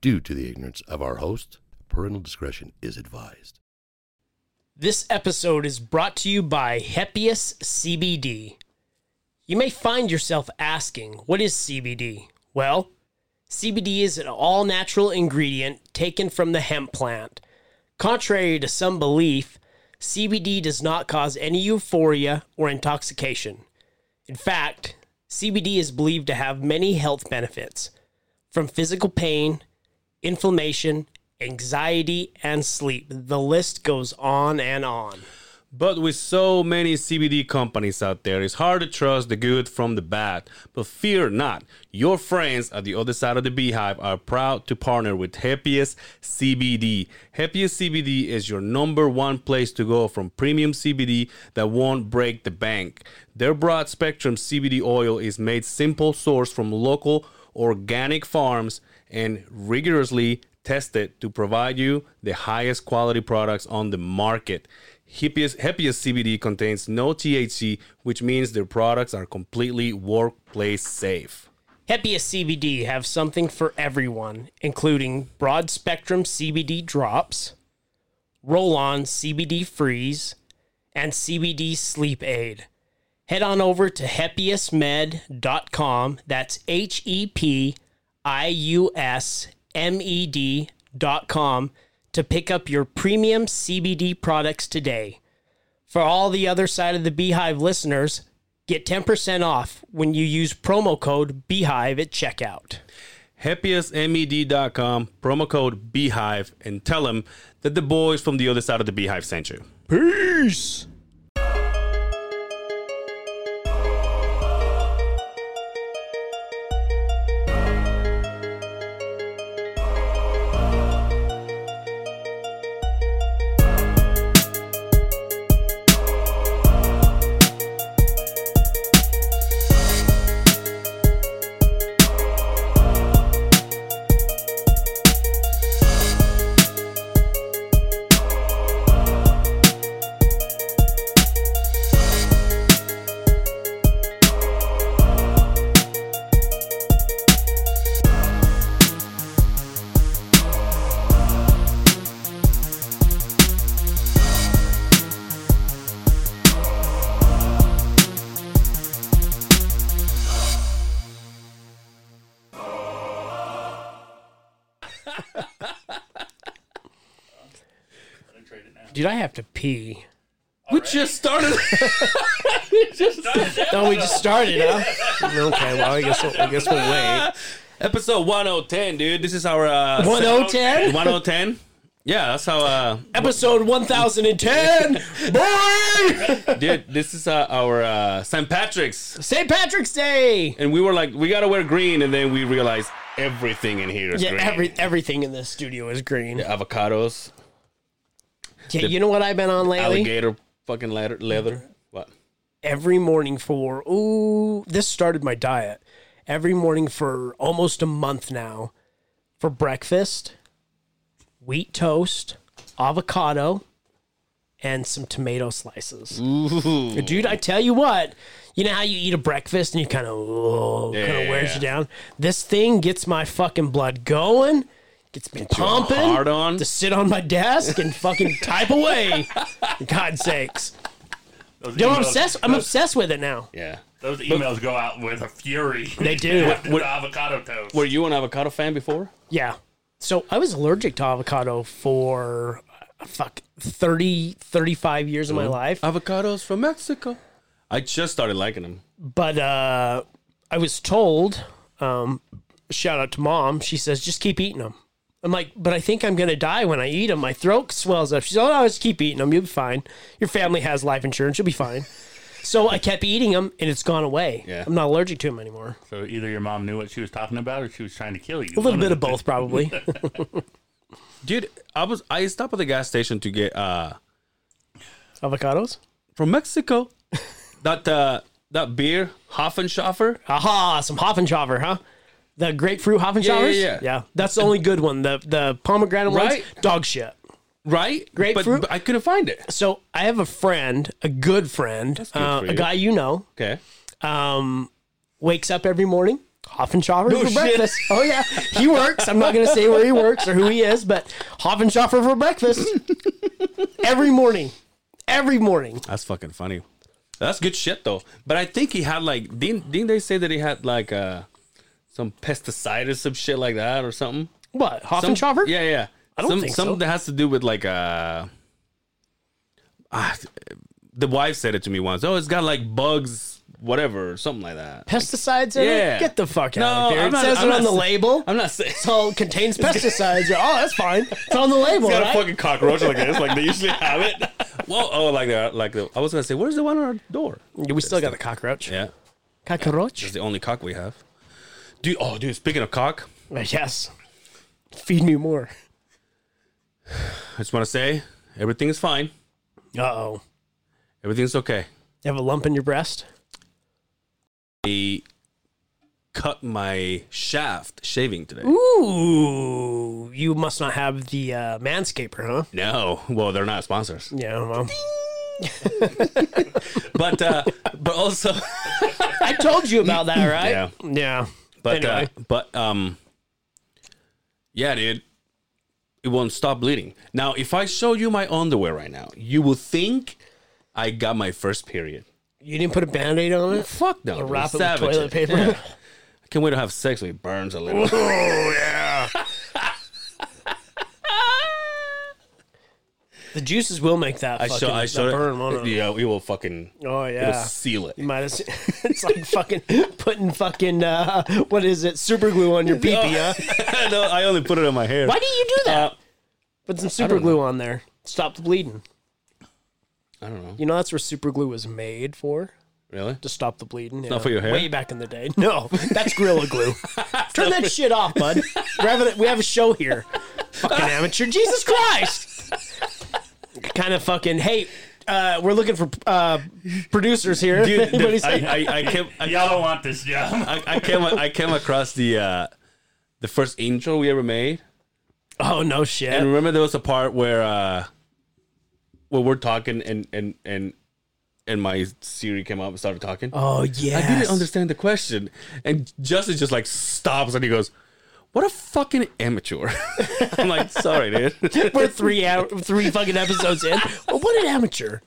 due to the ignorance of our host. Parental discretion is advised. This episode is brought to you by Hepius CBD. You may find yourself asking, what is CBD? Well, CBD is an all natural ingredient taken from the hemp plant. Contrary to some belief, CBD does not cause any euphoria or intoxication. In fact, CBD is believed to have many health benefits, from physical pain, inflammation, anxiety, and sleep. The list goes on and on. But with so many CBD companies out there, it's hard to trust the good from the bad. But fear not, your friends at the other side of the beehive are proud to partner with Happiest CBD. Happiest CBD is your number one place to go from premium CBD that won't break the bank. Their broad spectrum CBD oil is made simple, sourced from local organic farms and rigorously tested to provide you the highest quality products on the market. Hippiest, Happiest CBD contains no THC, which means their products are completely workplace safe. Hepius CBD have something for everyone, including broad spectrum CBD drops, roll on CBD freeze, and CBD sleep aid. Head on over to hepiusmed.com. That's H E P I U S M E D.com to pick up your premium CBD products today. For all the other side of the Beehive listeners, get 10% off when you use promo code BEEHIVE at checkout. E HappiestMed.com, promo code Beehive, and tell them that the boys from the other side of the Beehive sent you. Peace! Dude, I have to pee. We just started. No, we just started, huh? okay, well, I guess we'll, I guess we'll wait. Episode 1010, dude. This is our uh, 1010? 1010. Yeah, that's how. Uh, Episode 1010! Boy! dude, this is uh, our uh, St. Patrick's, St. Patrick's Day! and we were like, we gotta wear green, and then we realized everything in here is Yeah, green. every, everything in this studio is green. Yeah, Avocados, you know what I've been on lately? alligator, fucking leather, leather. What? every morning for ooh this started my diet every morning for almost a month now for breakfast wheat toast avocado and some tomato slices dude i tell you what you know how you eat a breakfast and you kind of oh, Yeah, kind of yeah, wears yeah. you down this thing gets my fucking blood going gets me pumping heart on. to sit on my desk and fucking type away for god's sakes Those Dude, I'm emails- obsessed. I'm those, obsessed with it now. Yeah. Those emails go out with a fury. They do. with avocado toast. Were you an avocado fan before? yeah. So I was allergic to avocado for uh, fuck 30, 35 years Mm-hmm. of my life. Avocados from Mexico. I just started liking them. But uh, I was told, um, shout out to mom. She says just keep eating them. I'm like, but I think I'm gonna die when I eat them. My throat swells up. She's, oh no, just keep eating them. You'll be fine. Your family has life insurance. You'll be fine. So I kept eating them, and it's gone away. Yeah. I'm not allergic to them anymore. So either your mom knew what she was talking about, or she was trying to kill you. A little bit of both, probably. Dude, I was I stopped at the gas station to get uh Avocados. from Mexico that uh that beer Hoffenschaffer. Aha, some Hoffenschauer, huh? The grapefruit Hoffenschauers? Yeah, yeah, yeah. that's the only good one. The the pomegranate Right? ones, dog shit. right? But- Grapefruit? But, I couldn't find it. So I have a friend, a good friend, good uh, for a you. guy you know, Okay. um, wakes up every morning, Hoffenschaffer No for shit. breakfast. Oh yeah, he works. I'm not going to say where he works or who he is, but Hoffenschaffer for breakfast every morning. Every morning. That's fucking funny. That's good shit though. But I think he had like didn't didn't they say that he had like uh some pesticide or some shit like that or something? What Some- Hoffenschaffer? Yeah, yeah. I don't some, think some so. that has to do with like uh, ah, the wife said it to me once. Oh, it's got like bugs, whatever, or something like that. Pesticides in Yeah. it? Get the fuck No, out of here. I'm it not- says I'm it on not the sa- label. I'm not saying. It's Oh, it contains pesticides. You're, oh, that's fine. It's on the label, got a right? fucking cockroach like this, like they usually have it. Whoa, oh, like the, like the, I was gonna say, where's the one on our door? we still got the cockroach. Yeah, Cockroach? it's the only cock we have. Dude, oh, dude, speaking of cock, Yes. Feed me more. I just want to say everything is fine. Uh oh. Everything's okay. You have a lump in your breast? I cut my shaft shaving today. Ooh. You must not have the uh, manscaper, huh? No, well, they're not sponsors, Yeah, well. but uh, but also, I told you about that, right? Yeah. Yeah. but Anyway. uh, but um, yeah, dude, it won't stop bleeding. Now, if I show you my underwear right now, you will think I got my first period. You didn't put a band aid on it? Fuck no, Or dude, wrap it with savage. toilet paper? Yeah. I can't wait to have sex with it burns a little. The juices will make that I fucking show, I that show burn, won't it? Yeah, it will fucking. Oh, It'll yeah. seal it. Might as it's like fucking putting fucking uh, what is it super glue on your pee pee? Huh? no, I only put it on my hair. Why do you do that? Uh, Put some super glue on there. Stop the bleeding. I don't know. You know that's where super glue was made for Really? to stop the bleeding. Not for your hair? Way back in the day. No, that's gorilla glue. Turn that shit off, bud. We're having a, we have a show here. Fucking amateur, Jesus Christ! kind of fucking. Hey, uh, we're looking for uh, producers here. Dude, Anybody dude, say- I, I, I kept I, Y'all don't want this job. I, I came I came across the uh, the first intro we ever made, oh no shit. and remember there was a part where uh, where we're talking and and and and my Siri came up and started talking. oh yeah. I didn't understand the question, and Justin just like stops and he goes, "What a fucking amateur!" I'm like, "Sorry, dude, We're three hour, three fucking episodes in. Well, what an amateur!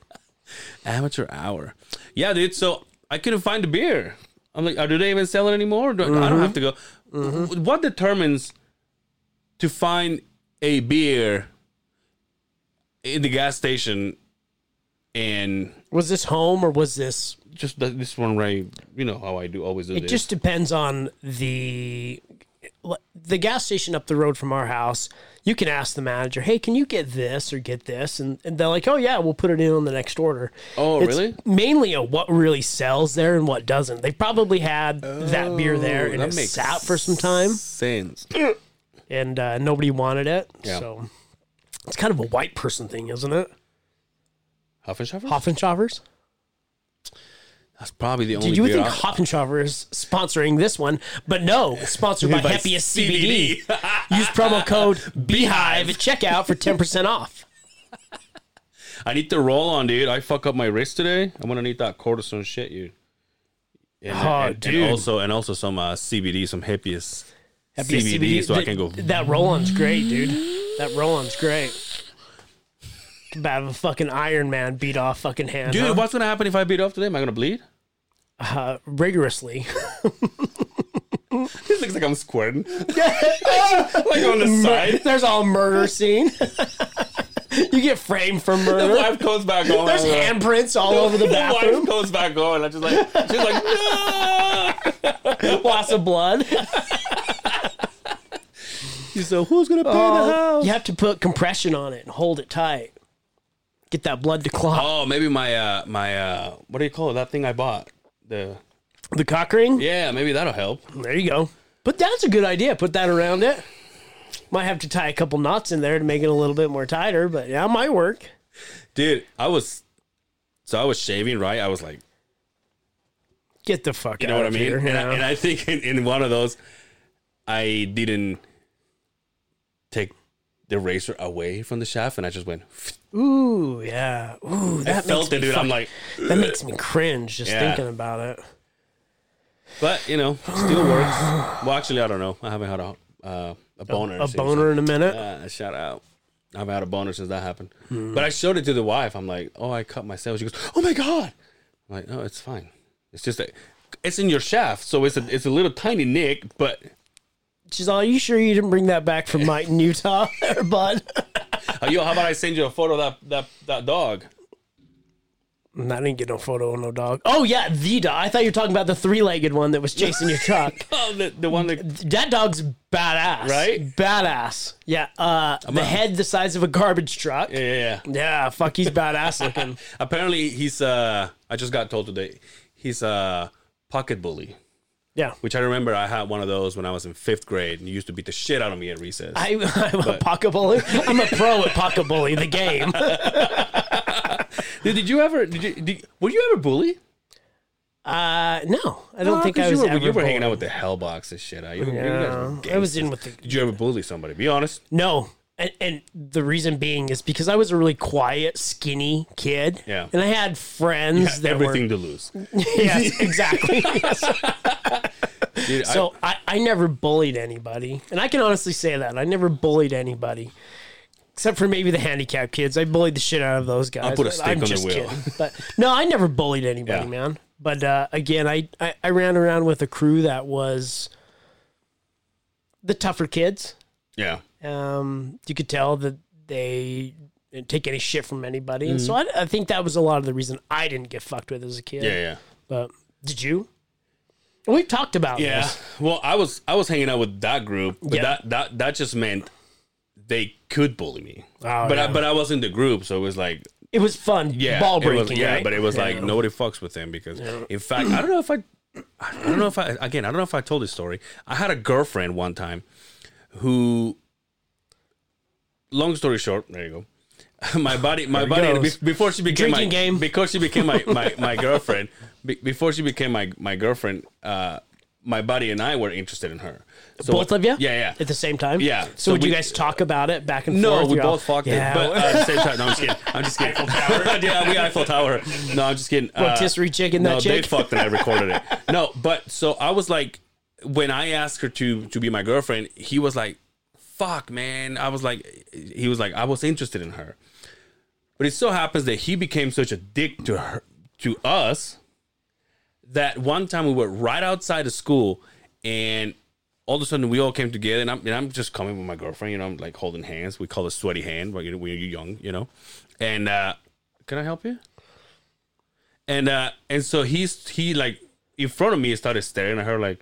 amateur hour." Yeah, dude. So I couldn't find the beer. I'm like, "Are do they even sell it anymore? Do I, I don't have to go." W- What determines to find a beer in the gas station and Was this home or was this? just th- this one right? You know how I do always do It this. just depends on the the gas station up the road from our house. You can ask the manager, "Hey, can you get this or get this?" And, and they're like, "Oh yeah, we'll put it in on the next order." Oh, It's really? Mainly a what really sells there and what doesn't. They probably had that beer there and Oh, that it makes sat for some time, sense. and uh, nobody wanted it. Yeah. So it's kind of a white person thing, isn't it? Hoffenschaffer? Hoffenschoffers. That's probably the only. Did you beer would think I- Hoppenshaver is sponsoring this one? But no, sponsored by, By Happiest CBD. Use promo code Beehive at checkout for ten percent off. I need to roll on, dude. I fuck up my wrist today. I'm gonna need that cortisone shit, you. And, Oh, and- and dude. also, and also some uh, CBD, some hippies. Happiest CBD, so I That- can go- That roll-on's great, dude. That roll-on's great. Could Have a fucking Iron Man beat off fucking hand, Dude, huh? what's gonna happen if I beat off today? Am I gonna bleed? Uh, rigorously. This looks like I'm squirting. like on the side. There's all murder scene. you get framed for murder. wife comes back on. There's handprints all over the wife bathroom. comes back on. I just like she's like, no. Lots of blood. so who's gonna pay the house? You have to put compression on it and hold it tight. Get that blood to clot. Oh, maybe my uh my uh what do you call it? That thing I bought. The The cock ring? yeah, maybe that'll help. There you go. But that's a good idea. Put that around it. Might have to tie a couple knots in there to make it a little bit more tighter, but yeah, it might work. Dude, I was so I was shaving right. I was like. Get the fuck You out know what I of mean? here. And, yeah. I, and I think in, in one of those, I didn't take the razor away from the shaft, and I just went. Ooh, yeah. Ooh, that I felt makes it, me dude. I'm fuck- like, that makes me cringe just Yeah. thinking about it. But you know, still works. Well, actually, I don't know. I haven't had a uh, a boner. A since- boner in a minute. Uh, shout out. I haven't had a boner since that happened. But I showed it to the wife. I'm like, oh, I cut myself. She goes, oh my god. I'm like, no, it's fine. It's just a, it's in your shaft, so it's a it's a little tiny nick, but She's all, you sure you didn't bring that back from Mighton, Utah, there, bud? Uh, yo, how about I send you a photo of that that, that dog? And I didn't get no photo of no dog. Oh, yeah, the dog. I thought you were talking about the three legged one that was chasing your truck. Oh, the, the one that that dog's badass. Right? Badass. Yeah. Uh, the head the size of a garbage truck. yeah, yeah. yeah. Yeah, fuck, he's badass looking. Apparently, he's uh, I just got told today, he's a pocket bully. Yeah. Which I remember I had one of those when I was in fifth grade and he used to beat the shit out of me at recess. I, I'm a pocket bully. I'm a pro at pocket bully, the game. did, did you ever? Did you? Did, were you ever bully? Uh, no, I don't think 'cause I was You were, ever. you were hanging out bullied. with the hellbox and shit. huh? You, you guys were Yeah, I gangsters. was in with the Did you ever bully somebody? Be honest. No. And, and the reason being is because I was a really quiet, skinny kid. Yeah. And I had friends that Everything to lose. were. Yes, exactly. Yes. Dude, I- So I, I never bullied anybody. And I can honestly say that. I never bullied anybody. Except for maybe the handicapped kids. I bullied the shit out of those guys. put a but stick I'm on their just wheel. kidding. But no, I never bullied anybody, Yeah. man. But uh, again, I, I, I ran around with a crew that was the tougher kids. yeah. Um, you could tell that they didn't take any shit from anybody. And so I, I think that was a lot of the reason I didn't get fucked with as a kid. Mm-hmm. Yeah. Yeah. But did you? We've talked about Yeah. this. Well, I was I was hanging out with that group, but Yeah. that that that just meant they could bully me. Oh, but yeah. I, but I was in the group, so it was like It was fun. yeah, Ball it was- breaking. yeah, right? but it was like nobody fucks with him because, in fact, I don't know if I, I don't know if I again, I don't know if I told this story. I had a girlfriend one time, who, long story short, there you go. My body, my it body. goes. be- before she became Drinking my game. because she became my my, my girlfriend. Be, before she became my my girlfriend, uh, my buddy and I were interested in her. So both of you? Yeah, yeah. At the same time? Yeah. So, So would you we- guys talk about it back and No, forth? we You're all- both fucked yeah, it. But uh, at the same time, no, I'm just kidding. I'm just kidding. yeah, we Eiffel Tower. No, I'm just kidding. Uh, Rotisserie chicken that no, chick? they fucked and I recorded it. No, but so I was like, when I asked her to to be my girlfriend, he was like, "Fuck, man." I was like, he was like, I was interested in her, but it so happens that he became such a dick to her to us that one time we were right outside of school and all of a sudden we all came together and I'm, and I'm just coming with my girlfriend, you know, I'm like holding hands. We call it sweaty hand when you're, when you're young, you know, and, uh, can I help you? And, uh, and so he's, he like in front of me started staring at her like,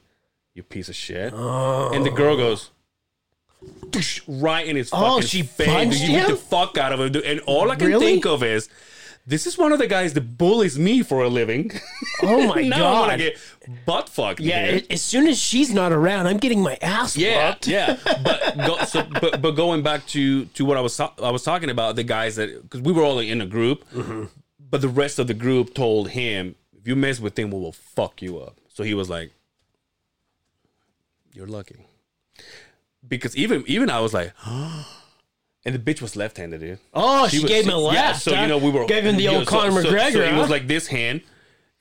you piece of shit. And the girl goes, "Doosh," right in his fucking Oh, she face. dude. punched you beat him? the fuck out of him. dude. And all I can Really? think of is, this is one of the guys that bullies me for a living. Oh my now I want God. to get butt fucked. yeah. here. a- As soon as she's not around, I'm getting my ass yeah, whooped. yeah. But go, so, but but going back to to what I was ta- I was talking about the guys that because we were all in a group, but the rest of the group told him if you mess with him, we will fuck you up. So he was like, "You're lucky," because even even I was like. And the bitch was left-handed, dude. Oh, she, was- gave him a laugh. Yeah, so you know we were gave him the you know, old so- Conor so- McGregor. So he huh? was like this hand,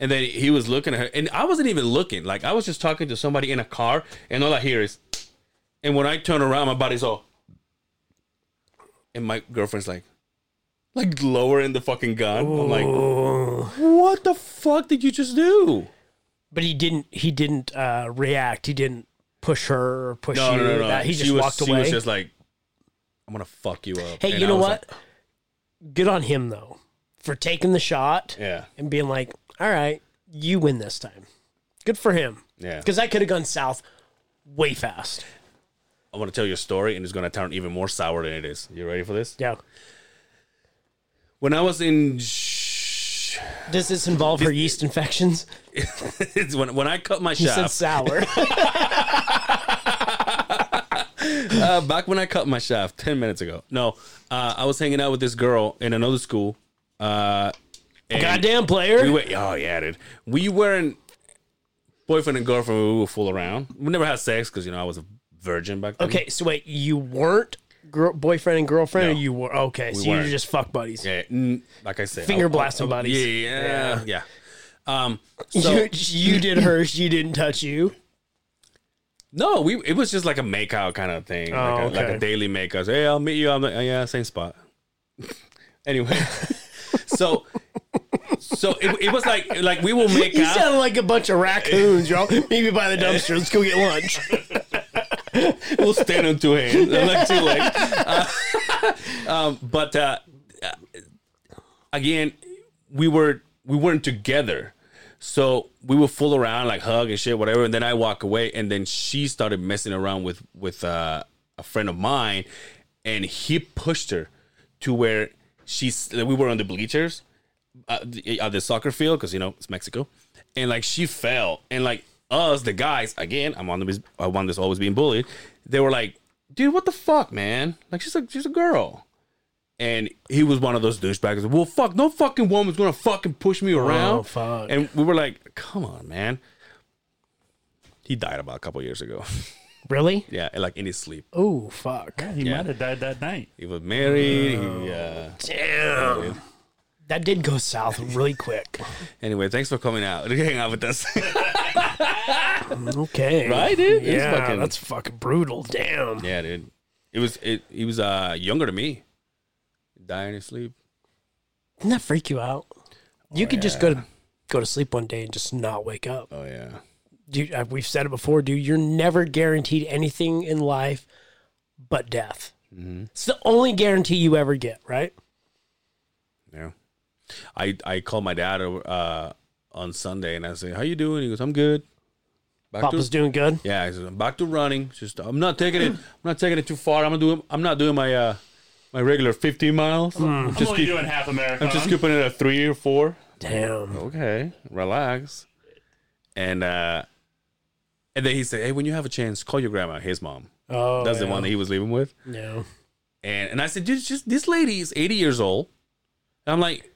and then he was looking at her, and I wasn't even looking. Like I was just talking to somebody in a car, and all I hear is, and when I turn around, my body's all, and my girlfriend's like, like lowering the fucking gun. I'm like, what the fuck did you just do? but he didn't. He didn't uh, react. He didn't push her or push No, you. no, no, or no. that. He She just was- walked she away. was just like, I'm gonna fuck you up. hey, And you I know was what? like, Good on him though for taking the shot yeah, and being like, "All right, you win this time." Good for him yeah. because that could have gone south way fast. I want to tell you a story, and it's gonna turn even more sour than it is. You ready for this? Yeah. When I was in, sh- Does this involve her yeast infections? it's when when I cut my He said shaft, sour. uh, back when I cut my shaft ten minutes ago. No, uh, I was hanging out with this girl in another school. Uh, and Goddamn player. we were, oh yeah, dude. We weren't boyfriend and girlfriend. We would fool around. We never had sex because you know I was a virgin back then. okay, so wait, you weren't gr- boyfriend and girlfriend, No. or you were okay? so you were weren't. just fuck buddies. Yeah, mm, like I said, Finger I- I- blasting buddies. Yeah, yeah, yeah. Um, so you, you did her. She didn't touch you. no, we it was just like a makeout kind of thing, like, a, Oh, like a okay. daily makeout. Hey, I'll meet you. I'm like, oh, yeah, same spot. anyway, so so it, it was like like we will make You out. sound like a bunch of raccoons, y'all. Maybe by the dumpster. Let's go get lunch. we'll stand on two hands, like two legs. Uh, um, but uh, again, we were we weren't together, so we would fool around, like hug and shit, whatever. And then I walk away, and then she started messing around with with uh, a friend of mine, and he pushed her to where she's. We were on the bleachers at uh, the, at the soccer field because you know it's Mexico, and like she fell, and like us, the guys, again, I'm on the I want this uh, always being bullied. They were like, "Dude, what the fuck, man? Like she's a she's a girl," and he was one of those douchebags. Well, fuck, no fucking woman's gonna fucking push me around. fuck. And we were like, "Come on, man." He died about a couple years ago. Really? yeah, like in his sleep. Oh fuck. He might have died that night. He was married. He, uh, Damn. That did go south really quick. anyway, thanks for coming out. Hang out with us. Okay. Right, dude? It's Yeah, fucking- that's fucking brutal. Damn. Yeah, dude. It was it. He was uh younger than me. Dying in his sleep. Didn't that freak you out? You could just go to go to sleep one day and just not wake up. Oh yeah. Dude, I- we've said it before, dude. You're never guaranteed anything in life but death. Mm-hmm. It's the only guarantee you ever get, right? Yeah. I I called my dad uh on Sunday and I say, "How you doing?" He goes, "I'm good." Back Papa's to doing good. yeah. He says, "I'm back to running. It's Just I'm not taking it. I'm not taking it too far. I'm not doing. I'm not doing my uh my regular 15 miles. I'm Mm. I'm just Oh, only keep, doing half a marathon. I'm just keeping it at three or four. Damn. okay, relax. And uh and then he said, Hey, when you have a chance, call your grandma, his mom. Oh, That's yeah. the one that he was leaving with. Yeah. And and I said, Dude, just this lady is 80 years old. And I'm like,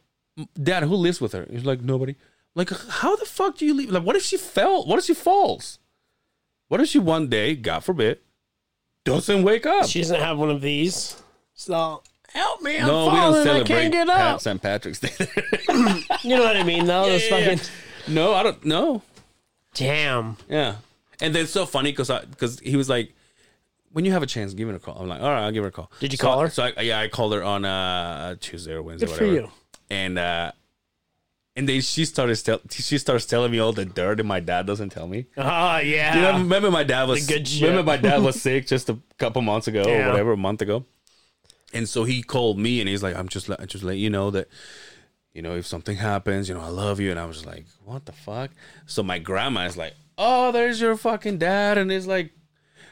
Dad, who lives with her? He's like, Nobody. Like, how the fuck do you leave? Like, what if she fell? What if she falls? What if she one day, God forbid, doesn't wake up? She doesn't have one of these. So help me! I'm no, we falling. don't I can't celebrate get up. Pat- St. Patrick's Day. You know what I mean? Though it's yeah, yeah. fucking no, I don't know. damn. Yeah, and then it's so funny because because he was like, "When you have a chance, give her a call." I'm like, "All right, I'll give her a call." Did you So- call her? So I, yeah, I called her on uh, Tuesday or Wednesday, Good for whatever. you. And uh, and then she started tell she starts telling me all the dirt, and my dad doesn't tell me. Oh yeah. Dude, I remember my dad was The good shit. remember my dad was sick just a couple months ago Yeah. or whatever, a month ago. And so he called me and he's like, "I'm just let, just let you know that, you know, if something happens, you know, I love you." And I was like, "What the fuck?" So my grandma is like, "Oh, there's your fucking dad," and he's like.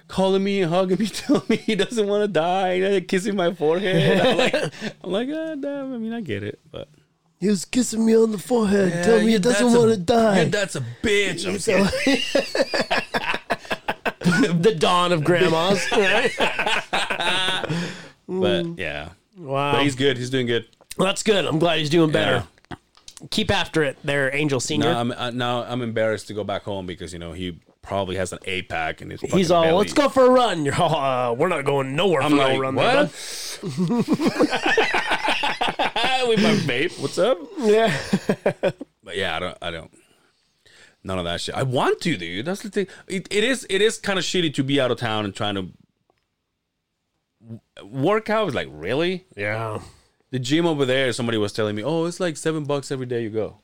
Calling me and hugging me, telling me he doesn't want to die, and then kissing my forehead. I'm like, I'm like, ah, damn. I mean, I get it, but He was kissing me on the forehead, telling me he doesn't want to die. That's a bitch. I'm So- the dawn of grandmas. right? Mm. But yeah, Wow. but he's good. He's doing good. Well, that's good. I'm glad he's doing Um, better. Keep after it there, Angel Senior. Now I'm uh, now I'm embarrassed to go back home because you know he probably has an eight pack and his He's fucking all, belly. let's go for a run. You're all, uh, we're not going nowhere for I'm no like, run. there, what? With my vape, what's up? bud." Yeah. But yeah, I don't, I don't. None of that shit. I want to, dude. That's the thing. It, it is, it is kind of shitty to be out of town and trying to w- work out. It's like, really? Yeah. The gym over there. Somebody was telling me, oh, it's like seven bucks every day you go.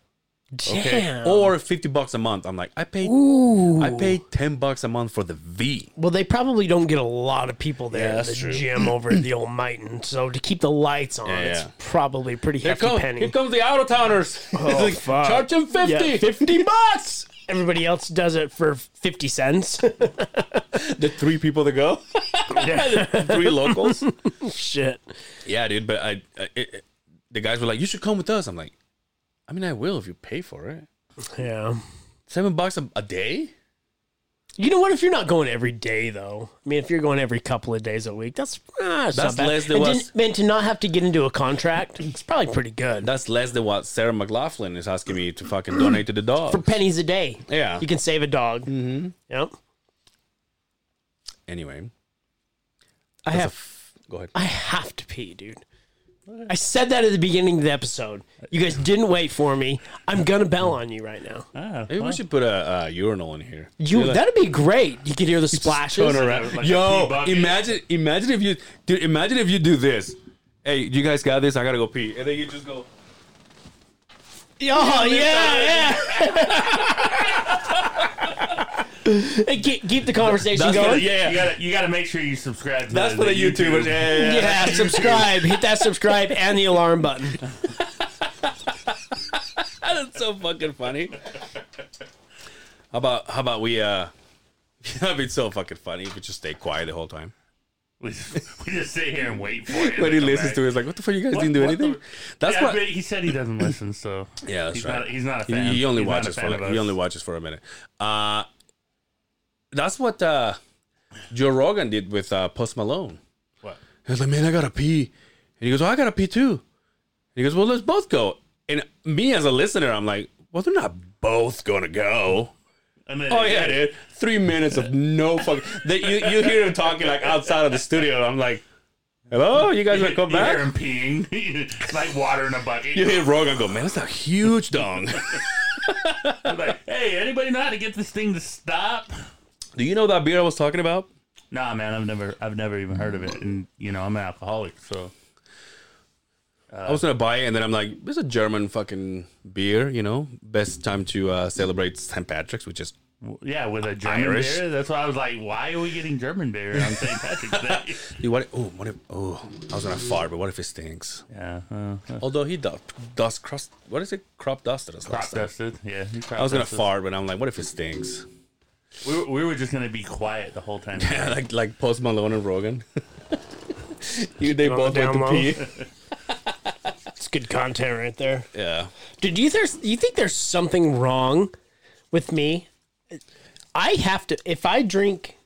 Damn. Or fifty bucks a month. I'm like, I paid, I paid ten bucks a month for the V. Well, they probably don't get a lot of people there Yeah, at that's the true. gym over at the old Mighton. So to keep the lights on, yeah. it's probably a pretty Here, hefty come- here penny. comes the out of towners. Oh, fuck. Charge them 50. Yeah, 50 bucks. Everybody else does it for 50 cents. The three people that go, The three locals. Shit. yeah, dude. But I, I it, it- the guys were like, you should come with us. I'm like, I mean, I will if you pay for it. Yeah. Seven bucks a, a day? You know what? If you're not going every day, though, I mean, if you're going every couple of days a week, that's ah, it's That's not bad. less than And what- didn't- man, to not have to get into a contract, it's probably pretty good. That's less than what Sarah McLaughlin is asking me to fucking donate to the dog. For pennies a day, Yeah. you can save a dog. Mm-hmm. Yep. Anyway, I that's a have f- go ahead. I have to pee, dude. I said that at the beginning of the episode. You guys didn't wait for me. I'm gonna bell on you right now. Ah, Maybe we should put a, a urinal in here. You Like, that'd be great. You could hear the splashes. turn around. Like a pee Yo, bucket. imagine, imagine if you, dude, imagine if you do this. Hey, you guys got this? I gotta go pee, and then you just go. Oh yeah, yeah. Hey, keep, keep the conversation That's going. what- yeah, You gotta, you gotta make sure you subscribe. To That's for the YouTubers. Yeah, yeah, yeah. Yeah, subscribe. Hit that subscribe and the alarm button. That's so fucking funny. How about how about we uh that'd be so fucking funny if we just stay quiet the whole time. We just, we just sit here and wait for it. When he come listens back. to it, he's like, What the fuck you guys What- didn't do what anything? the- That's Yeah, what but he said he doesn't listen, so Yeah, that's he's right. not. He's not a He- fan. He only He's not watches for a fan like, of he us. only watches for a minute. Uh that's what uh Joe Rogan did with uh Post Malone. What? He was like, Man, I gotta pee. And he goes, Well, I gotta pee too. And he goes, Well, let's both go. And me as a listener, I'm like, Well, they're not both gonna go. And then, Oh yeah, dude. Three minutes of no fucking. They, you you hear him talking like outside of the studio. I'm like, hello, you guys gonna You come hear back? him peeing. It's like water in a bucket. You hear Rogan go, man, that's a huge dong. It's like, hey, anybody know how to get this thing to stop? Do you know that beer I was talking about? Nah, man, I've never, I've never even heard of it, and you know, I'm an alcoholic, so Uh, I was gonna buy it, and then I'm like, this is a German fucking beer. You know, best time to uh, celebrate St. Patrick's, which is w- yeah, with a German Irish. beer. That's why I was like, why are we getting German beer on St. Patrick's Day? Dude, what? Oh, what if? Oh, I was gonna fart, but what if it stinks? yeah, uh, Although he does dust crust. What is it? Crop dusted us crop last time. dusted. Yeah, you crop I was gonna dusted. fart, but I'm like, what if it stinks? We were, we were just gonna be quiet the whole time. Yeah, like like Post Malone and Rogan. you, they both went down to low? pee. It's good content right there. Yeah. Dude, do you there's you think there's something wrong with me? I have to if I drink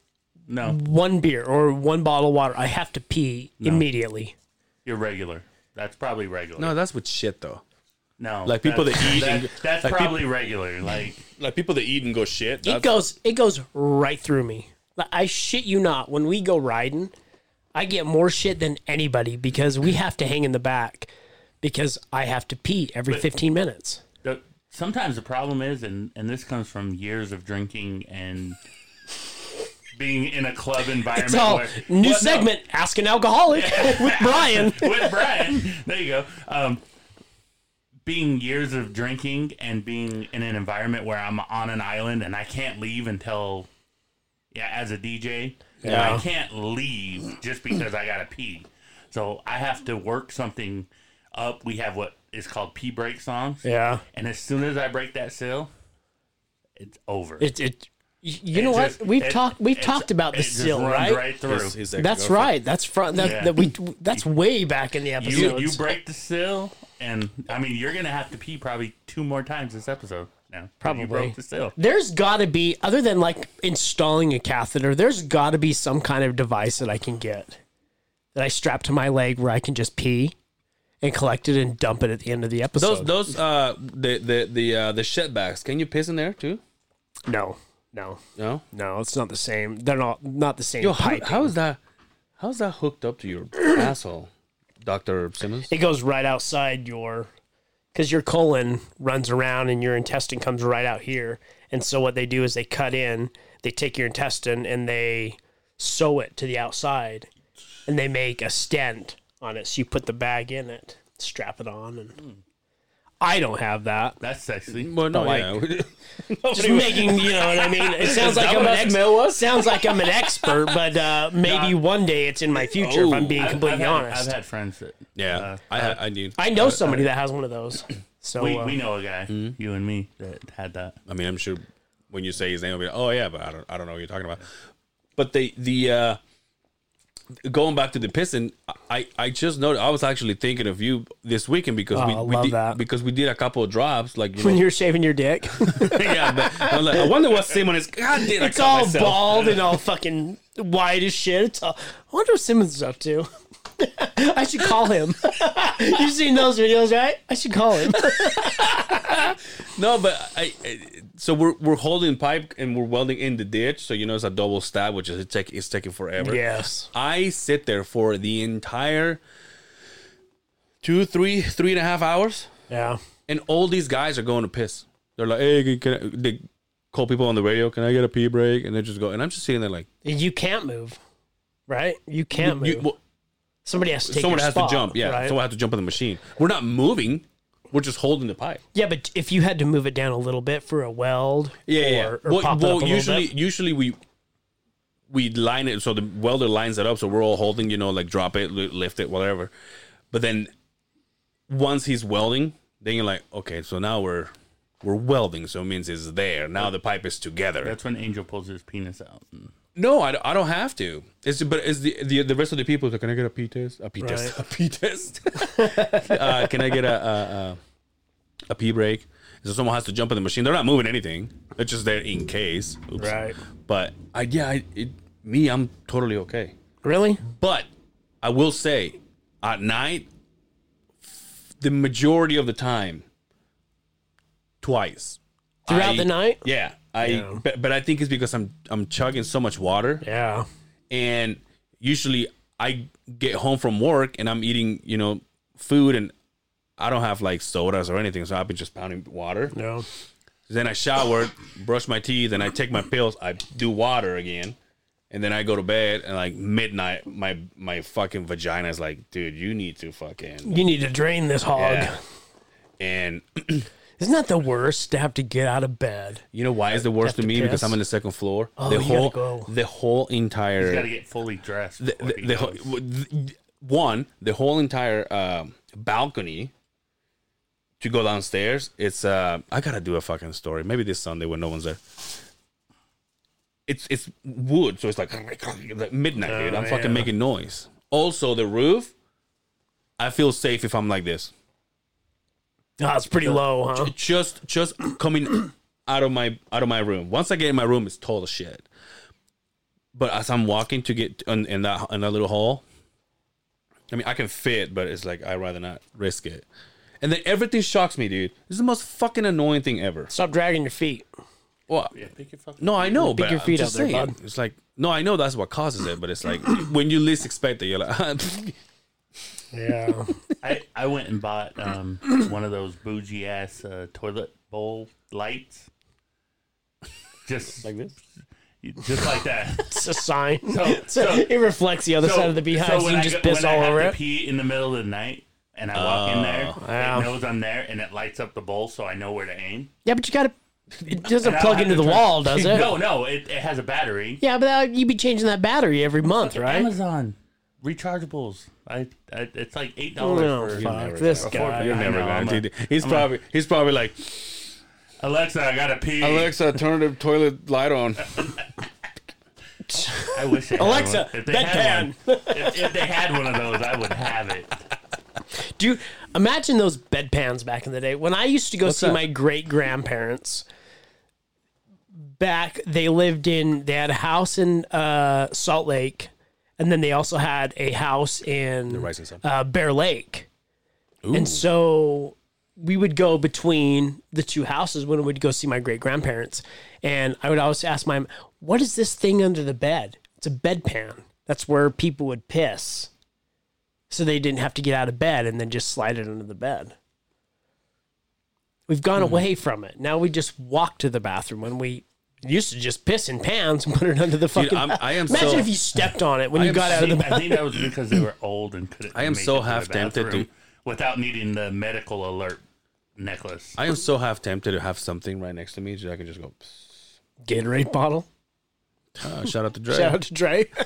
No, one beer or one bottle of water, I have to pee immediately. you're regular. That's probably regular. No, that's with shit though. No, Like, people that's- that eat that- and- that's like, probably regular. Like Like people that eat and go shit. It goes it goes right through me. Like, I shit you not, when we go riding, I get more shit than anybody because we have to hang in the back because I have to pee every 15 minutes. the, sometimes the problem is, and and this comes from years of drinking and being in a club environment. So, where, new Well, no, segment, Ask an Alcoholic with Brian. with Brian. There you go. Um, being years of drinking and being in an environment where I'm on an island and I can't leave until, yeah, as a DJ, I can't leave just because I gotta pee. So I have to work something up. We have what is called pee break songs. Yeah. And as soon as I break that seal, it's over. It it you you know It just- what? We've it- talked we've it's- talked about it this just still, runs right? Right through. That's right. That's front that, Yeah. that we that's way back in the You, episodes. you break the seal, and I mean, you're gonna have to pee probably two more times this episode. Now, Probably. you broke the seal. there's got to be other than like installing a catheter, there's got to be some kind of device that I can get that I strap to my leg where I can just pee and collect it and dump it at the end of the episode. Those those uh the the the uh, the shit bags. Can you piss in there too? no. No. No. No, it's not the same. They're not not the same Yo, how, piping. how is that? How is that hooked up to your asshole, Doctor Simmons? it goes right outside your because your colon runs around and your intestine comes right out here and so what they do is they cut in they take your intestine and they sew it to the outside and they make a stent on it so you put the bag in it strap it on and i don't have that That's sexy. Well, no, like- yeah. just making you know what i mean it sounds like i'm Oh, that an what ex- smell was? sounds like i'm an expert but uh, maybe one day it's in my future if i'm Oh. being I've- completely I've honest Had, I've had friends that yeah, I had- I knew. i know somebody that has one of those Oh, so we, uh, we know a guy, Mm-hmm. you and me, that had that. I mean, I'm sure when you say his name, I'll be like, oh yeah, but I don't, I don't know what you're talking about. But the the uh, going back to the piston, I I just noticed I was actually thinking of you this weekend because we, Oh, I we love did, that. because we did a couple of drops like you when know, you're shaving your dick yeah, but I, was like, I wonder what Simon is. God damn, I It's cut all myself. bald and all fucking wide as shit. It's all, I wonder what Simmons is up to. I should call him. You've seen those videos, right? I should call him. No, but I, I so we're we're holding pipe and we're welding in the ditch, so you know it's a double stab, which is it take it's taking forever. yes. I sit there for the entire two, three, three and a half hours, Yeah. and all these guys are going to piss. They're like, hey, can I, they call people on the radio, can I get a pee break? And they just go, and I'm just sitting there like, You can't move, right? You can't move. you, well, Somebody has to take someone your has spot, to jump. Yeah, right? someone has to jump on the machine. We're not moving. We're just holding the pipe. yeah, but if you had to move it down a little bit for a weld, Yeah, or, yeah. or well, pop it well, up a little usually, bit. usually we we line it so the welder lines it up, so we're all holding, you know, like drop it, li- lift it, whatever. But then once he's welding, then you're like, okay, so now we're we're welding, so it means it's there. Now the pipe is together. That's when Angel pulls his penis out. no, I, don't- I don't have to. It's but is the, the the rest of the people like, can I get a P test? A P test? A P test? uh, can I get a a, a, a P break? So someone has to jump in the machine. They're not moving anything. It's just there in case. Oops. Right. But I yeah, I, it, me, I'm totally okay. Really? But I will say, at night, f- the majority of the time, twice Throughout I- the night? Yeah, I. Yeah. But, but I think it's because I'm I'm chugging so much water, Yeah. and usually I get home from work and I'm eating you know food and. I don't have like sodas or anything, so I've been just pounding water. No. Then I shower, brush my teeth, and I take my pills. I do water again, and then I go to bed. And like midnight, my my fucking vagina is like, dude, you need to fucking. You need to drain this hog. Yeah. And Isn't that the worst to have to get out of bed? you know why is the Have worst to to me? Because piss. I'm on the second floor. Oh, the you gotta whole go. the whole entire He's got to get fully dressed. the, before the, he the whole, goes. th- one the whole entire um, balcony to go downstairs it's uh i gotta do a fucking story maybe this sunday when no one's there it's it's wood so it's like oh like midnight dude i'm fucking making noise also the roof i feel safe if i'm like this Oh, it's pretty low, huh? just just coming out of my out of my room. Once I get in my room, it's total shit. But as I'm walking to get in, in that in that little hall, I mean, I can fit, but it's like I'd rather not risk it. And then everything shocks me, dude. This is the most fucking annoying thing ever. Stop dragging your feet. Well, yeah, pick your fucking. no, I know, Pick but your feet I'm just up there, saying. bud. It's like no, I know that's what causes it, but it's like when you least expect it, you're like, Yeah. I, I went and bought um, one of those bougie ass uh, toilet bowl lights. Just like this? just like that. it's a sign. So- So, so- it reflects the other side of the beehive, so, when you I just go- piss when all I have over to it. Oh, pee in the middle of the night, and I walk in there. wow. It knows I'm there, and it lights up the bowl, so I know where to aim. Yeah, but you gotta. It doesn't And I plug have into to the turn- wall, does it? No, no, it, it has a battery. Yeah, but that, you'd be changing that battery every month, right? Amazon rechargeables. I, I it's like eight dollars Oh, No, for. fuck this You're guy. I never know, I'm gonna. a- do that. He's probably he's probably like Alexa, I gotta pee. Alexa, turn the toilet light on. I wish they had Alexa, one. If they that had one, if, if they had one of those, I would have it. Do you imagine those bedpans back in the day? When I used to go see that? my great grandparents, back they lived in they had a house in uh, Salt Lake, and then they also had a house in Rising Sun. uh, Bear Lake, and so we would go between the two houses when we'd go see my great grandparents, and I would always ask my, "What is this thing under the bed? It's a bedpan. That's where people would piss." so they didn't have to get out of bed and then just slide it under the bed. We've Mm-hmm. gone away from it. Now we just walk to the bathroom when we used to just piss in pans and put it under the fucking. I'm- bath- I am Imagine so- if you stepped on it when you am got out of the bathroom. I think that was because they were old and couldn't. I am make so it to the half tempted to- bathroom without needing the medical alert necklace. I am so half tempted to have something right next to me so I can just go. "Psst." Gatorade bottle. Uh, shout out to Dre. Shout out to Dre.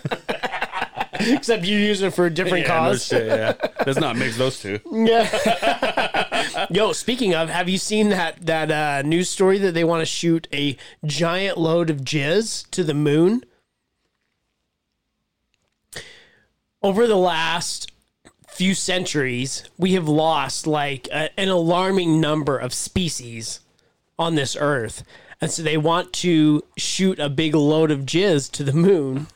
Except you use it for a different yeah, no cause. shit, yeah. Let's not mix those two. Yeah. Yo, speaking of, have you seen that that uh, news story that they want to shoot a giant load of jizz to the moon? Over the last few centuries, we have lost like a, an alarming number of species on this earth. And so they want to shoot a big load of jizz to the moon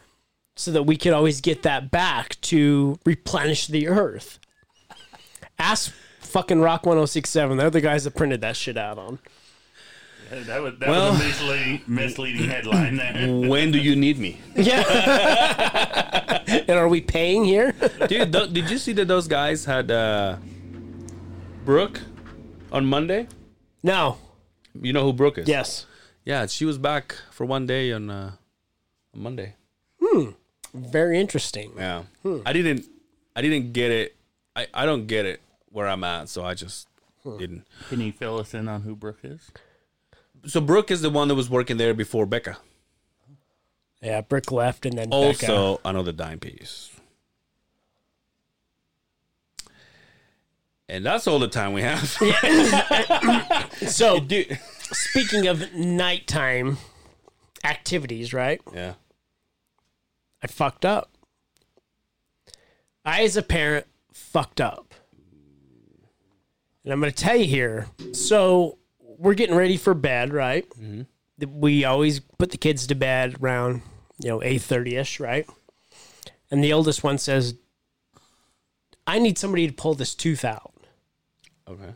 so that we could always get that back to replenish the earth. Ask fucking Rock 1067. They're the guys that printed that shit out on. That was that Well- Mm. was a misleading, misleading headline there. When do you need me, Yeah. and are we paying here? dude? tho- did you see that those guys had uh, Brooke on Monday? No. You know who Brooke is? Yes. Yeah, she was back for one day on uh, on Monday. Very interesting. Yeah. Hmm. I didn't I didn't get it. I, I don't get it where I'm at, so I just Hmm. didn't. Can you fill us in on who Brooke is? So Brooke is the one that was working there before Becca. Yeah, Brick left and then Becca. Also another dime piece. And that's all the time we have. So Dude. speaking of nighttime activities, right? Yeah. I fucked up. I, as a parent, fucked up. And I'm going to tell you here. So we're getting ready for bed, right? Mm-hmm. We always put the kids to bed around, you know, 8.30 ish, right? And the oldest one says, I need somebody to pull this tooth out. Okay.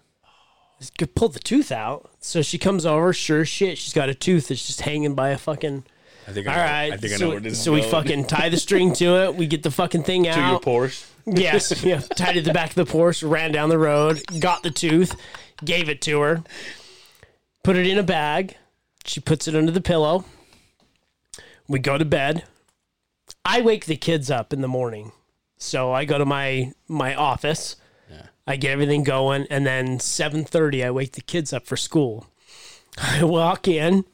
could pull the tooth out. So she comes over. Sure, shit, she's got a tooth that's just hanging by a fucking. I think All I know, right, I think so, I know where this is so we going. fucking tie the string to it. We get the fucking thing to your out. Porsche. yes, yeah, tied it to the back of the Porsche. Ran down the road, got the tooth, gave it to her, put it in a bag. She puts it under the pillow. We go to bed. I wake the kids up in the morning, so I go to my my office. I get everything going, and then seven thirty, I wake the kids up for school. I walk in,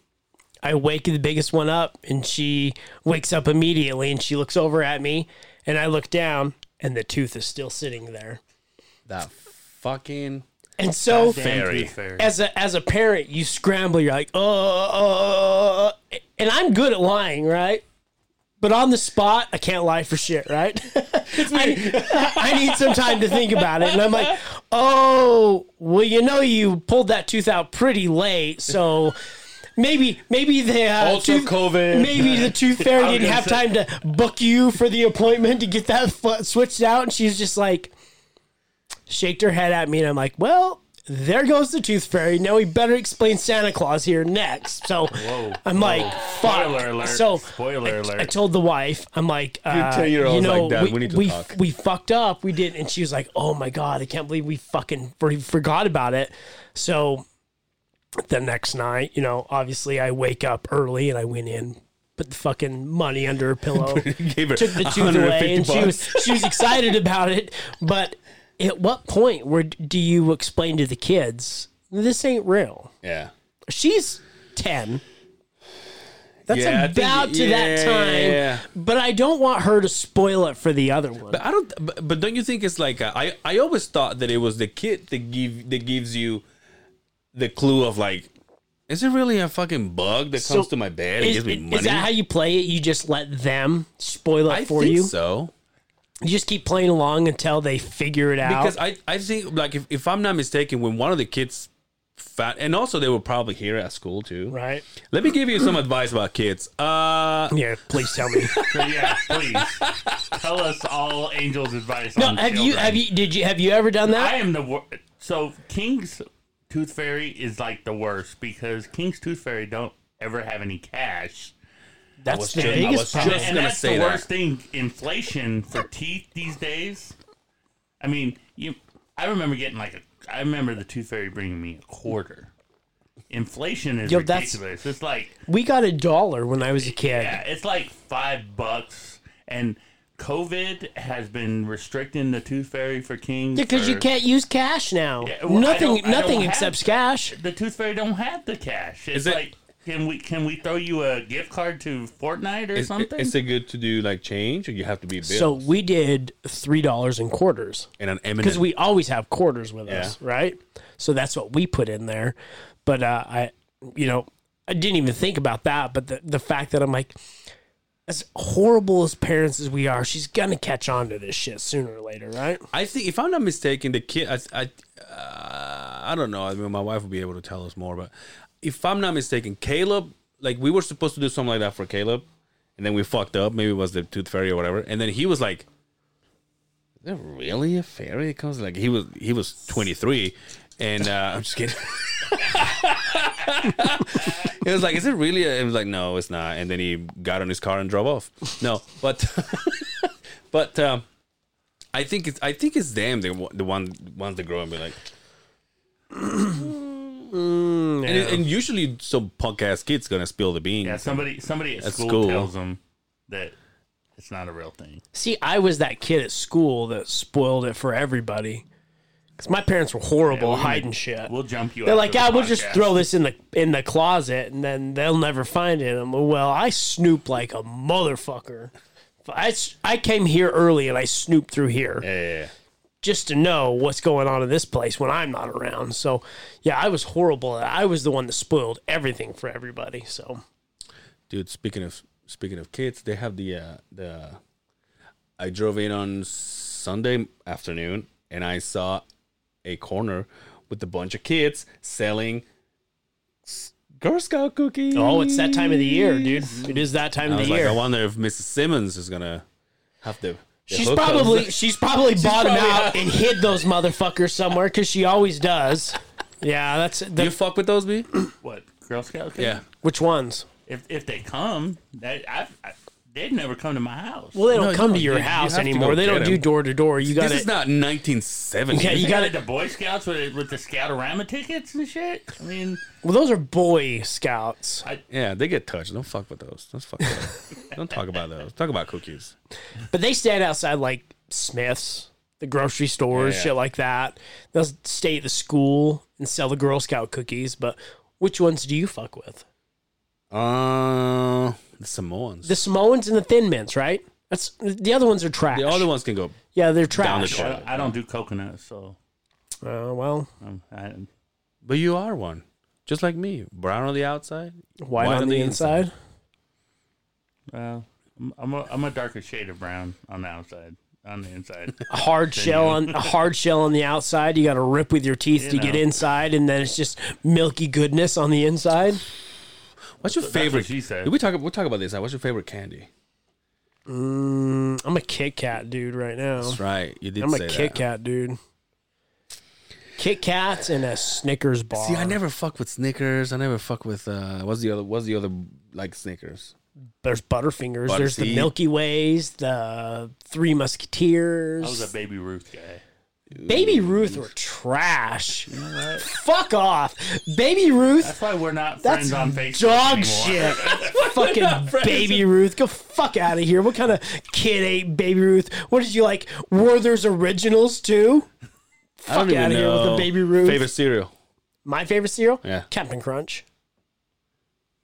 I wake the biggest one up, and she wakes up immediately, and she looks over at me, and I look down, and the tooth is still sitting there. That fucking And so, Fairy. Damn tooth fairy. as a as a parent, you scramble. You're like, uh, uh, and I'm good at lying, right? But on the spot, I can't lie for shit, right? I, I need some time to think about it, and I'm like, oh, well, you know, you pulled that tooth out pretty late, so maybe maybe the uh, Also tooth- COVID. Maybe the tooth fairy was didn't gonna have say- time to book you for the appointment to get that fu- switched out, and she's just like shaked her head at me, and I'm like, well, there goes the tooth fairy. Now we better explain Santa Claus here next. So I'm like, fuck. Spoiler alert. So Spoiler I, alert. I told the wife, I'm like, uh, 10-year-old's you know, like, "Dad, we, we need to we, talk." we fucked up. We did, and she was like, oh my god, I can't believe we fucking for- forgot about it. So the next night, you know, obviously I wake up early and I went in. Put the fucking money under her pillow gave her took the tooth away, and she was she was excited about it. But at what point where d- do you explain to the kids this ain't real? yeah. She's ten. That's Yeah, I think- about to that time, yeah. but I don't want her to spoil it for the other one. But I don't. But, but don't you think it's like uh, I? I always thought that it was the kid that give that gives you the clue of like, is it really a fucking bug that So, comes to my bed and is, gives me money? is that how you play it? You just let them spoil it I for think you. so. You just keep playing along until they figure it out. Because I, I think like if, if I'm not mistaken, when one of the kids fat, and also they were probably here at school too. right? Let me give you some advice about kids. Uh, Yeah. Please tell me. So, yeah, please tell us all Angel's advice. no. on Have you? children. Have you? Did you? Have you ever done that? I am the worst. So King's Tooth Fairy is like the worst because King's Tooth Fairy don't ever have any cash. That's the ju- I biggest was problem. just and gonna that's say the that. worst thing. Inflation for teeth these days. I mean, you. I remember getting like a. I remember the Tooth Fairy bringing me a quarter. Inflation is Yo, that's- ridiculous. it's like We got a dollar when I was a kid. yeah, it's like five bucks, and COVID has been restricting the Tooth Fairy for King Because you for- can't use cash now. Yeah, well, I nothing don't- I nothing don't have- accepts cash. the tooth fairy don't have the cash. It's Is it- like can we can we throw you a gift card to Fortnite or is, something? is it good to do like change, or you have to be big? So we did three dollars in quarters. and an M Because we always have quarters with us, right? So that's what we put in there. But uh, I you know, I didn't even think about that, but the, the fact that I'm like as horrible as parents as we are, she's gonna catch on to this shit sooner or later, right? I think if I'm not mistaken, the kid. I I, uh, I don't know. I mean, my wife will be able to tell us more, but if I'm not mistaken, Caleb, like we were supposed to do something like that for Caleb, and then we fucked up. Maybe it was the tooth fairy or whatever, and then he was like. Is there really a fairy that comes like he was he was 23 and uh i'm just kidding it was like is it really a, it was like no it's not and then he got on his car and drove off no but but um I think it's I think it's them the one- the one ones that grow and be like, And, it- and usually some punk ass kid's gonna spill the beans. Yeah, somebody somebody at, At school, school. tells them that it's not a real thing. See, I was that kid at school that spoiled it for everybody. Because my parents were horrible we're at gonna- hiding shit. Uh, We'll jump you. They're after like, the yeah, we'll just podcast." throw this in the in the closet, and then they'll never find it. I'm like, well, I snoop like a motherfucker. I, s- I came here early and I snooped through here Yeah, yeah, yeah. just to know what's going on in this place when I'm not around. So, yeah, I was horrible. at it. I was the one that spoiled everything for everybody. So, dude speaking of speaking of kids they have the uh the i drove in on sunday afternoon and i saw a corner with a bunch of kids selling s- girl scout cookies oh, it's that time of the year, dude. It is that time Mm-hmm. i of the was like year. i wonder if mrs simmons is gonna have to She's probably she's probably bought probably- them out and hid those motherfuckers somewhere because she always does. Yeah, that's you the, fuck with those b What Girl Scout? cookie? yeah which ones. If if they come, that I, I they'd never come to my house. Well, they don't No, come no, to your you- you house have to anymore. go They get don't do 'em. door to door. You got this is to not 1970 Yeah, you you got got it. the Boy Scouts with with the Scoutorama tickets and shit. I mean, Well, those are Boy Scouts. yeah they get touched don't fuck with those don't fuck with those don't talk about those talk about cookies But they stand outside like Smith's, the grocery stores, Yeah, yeah. shit like that. They'll stay at the school and sell the Girl Scout cookies. But which ones do you fuck with? uh the samoans The Samoans and the Thin Mints, right? That's the other ones are trash. the other ones can go yeah, they're Down the trash. toilet. I don't do coconuts, so Uh, well, um, I, But you are one, just like me. Brown on the outside, white, on, the, inside. well, I'm I'm a, I'm a darker shade of brown on the outside. On the inside, a hard shell on a hard shell on the outside. You got to rip with your teeth to You get know. inside, and then it's just milky goodness on the inside. What's your what favorite? she said. We talk. We'll talk about this. What's your favorite candy? Mm, I'm a Kit Kat dude right now. That's right. You did. I'm a say Kit that. Kat dude. Kit Kats and a Snickers bar. See, I never fuck with Snickers. I never fuck with uh, what's the other? What's the other like Snickers? There's Butterfingers. Butter- there's the see? Milky Ways. The Three I was a Musketeers. baby Ruth guy. Baby Ruth were trash. Fuck off, Baby Ruth. That's why we're not That's friends on Facebook dog anymore. shit. Fucking Baby Ruth, go fuck out of here. What kind of kid ate Baby Ruth? What did you like? Werther's originals too? I don't Fuck outta here with the Baby Ruth. Favorite cereal? My favorite cereal, Yeah. Captain Crunch.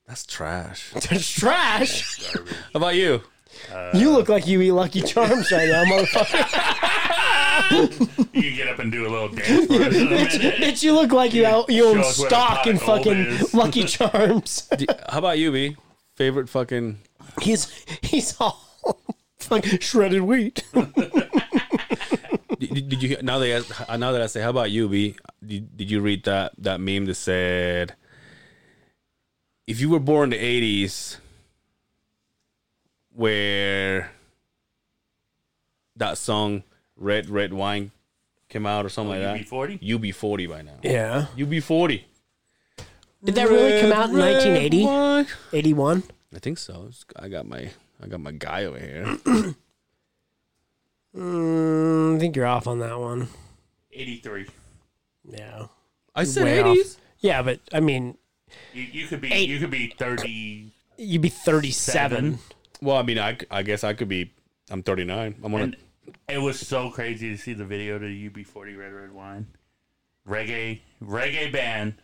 That's trash. How It's trash. about you? you look like you eat Lucky Charms right now, motherfucker. You get up and do a little dance for us in a minute. Bitch, you look like you out- you Show own us where the stock pot in of gold fucking is. Lucky Charms. D- How about you, B? Favorite fucking he's he's all like shredded wheat. Did, did you hear- now that I, now that I say, how about you, B? Did, did you read that that meme that said, if you were born in the eighties, where that song "Red Red Wine" came out or something like UB40? that, you'd Oh, be forty by now. Yeah. You'd be forty. Did that really come Red, out in red 1980? wine. 81? I think so. It's- I got my I got my guy over here. Mm, I think you're off on that one. 83. Yeah. I said way off. eighties. Yeah, but I mean, You, you could be Eight. you could be 30 you'd be 37. Well, I mean, I, c- I guess I could be. I'm 39. I'm on. and it was so crazy to see the video to UB40 Red Red Wine. Reggae reggae band.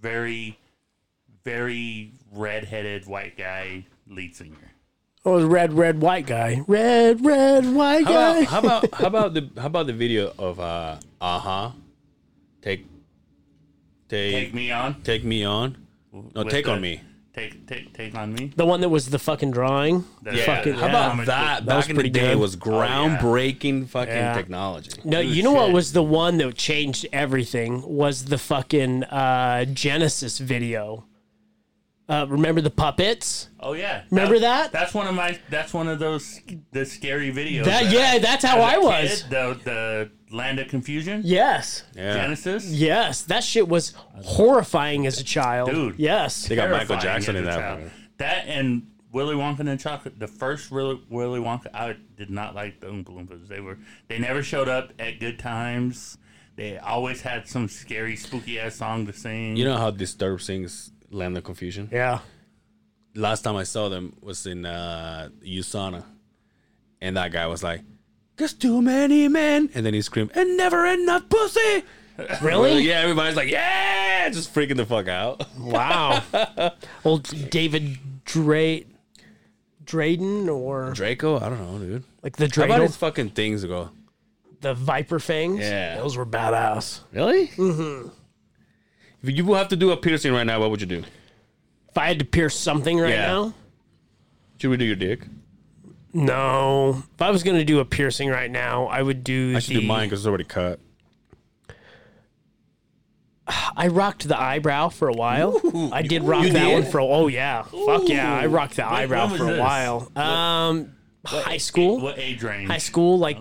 Very very red-headed white guy lead singer. Oh, the red, red, white guy. Red, red, white How about, guy. how about how about the how about the video of uh uh huh take take Take take me, me on. on no With take the- on me Take take take on me. the one that was the fucking drawing. That's fucking- how Yeah. about Comic that book. was back in the pretty day Oh, good. was groundbreaking fucking Yeah. technology No, Dude, you know what shit. was the one that changed everything was the fucking uh, Genesis video. Uh, remember the puppets? Oh yeah. Remember that? That's one of my that's one of those the scary videos. That yeah, that's how I As a was. kid, the the land of confusion. Yes, yeah Genesis. yes, that shit was horrifying as a child. Dude. yes, they got Michael Terrifying Jackson as in a that child. one That and Willy Wonka and the Chocolate. The first Willy, Willy Wonka, I did not like the Oompa Loompas. They were they never showed up at good times. They always had some scary, spooky ass song to sing. You know how Disturbed sings Land of Confusion? Yeah. Last time I saw them was in uh, USANA. And that guy was like, There's too many men. And then he screamed, And never enough pussy. Really? Yeah, everybody's like, Yeah, just freaking the fuck out. Wow. Old David Dre Drayden or Draco? I don't know, dude. like the How about Dreidel, his fucking things go? the Viper fangs. Yeah. Those were badass. Really? Mm-hmm. If you would have to do a piercing right now, what would you do? If I had to pierce something right Yeah. now, Should we do your dick? no. If I was gonna do a piercing right now, I would do I should the do mine because it's already cut. I rocked the eyebrow for a while. I did rock that did? one for a oh yeah. Fuck yeah. I rocked the eyebrow when for a was this? while. Um high school. what age range? High school, like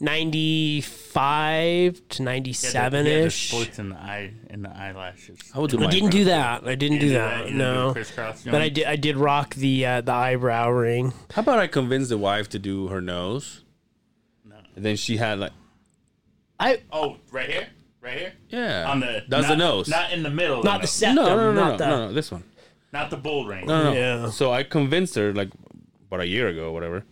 ninety five to ninety Yeah, the- seven yeah, the ish. Sports in the eye, in the eyelashes. I would do I mine. didn't do that. I didn't do You that. you no. crisscross But I joint? did. I did rock the uh, the eyebrow ring. How about I convince the wife to do her nose? And then she had like, I Oh, right here, right here. yeah, On the that's not, the nose. not in the middle. not the Uh. septum. though. no, no, no, no, no, not the, no, no, this one. not the bull ring. No, no. Yeah. So I convinced her like about a year ago, whatever,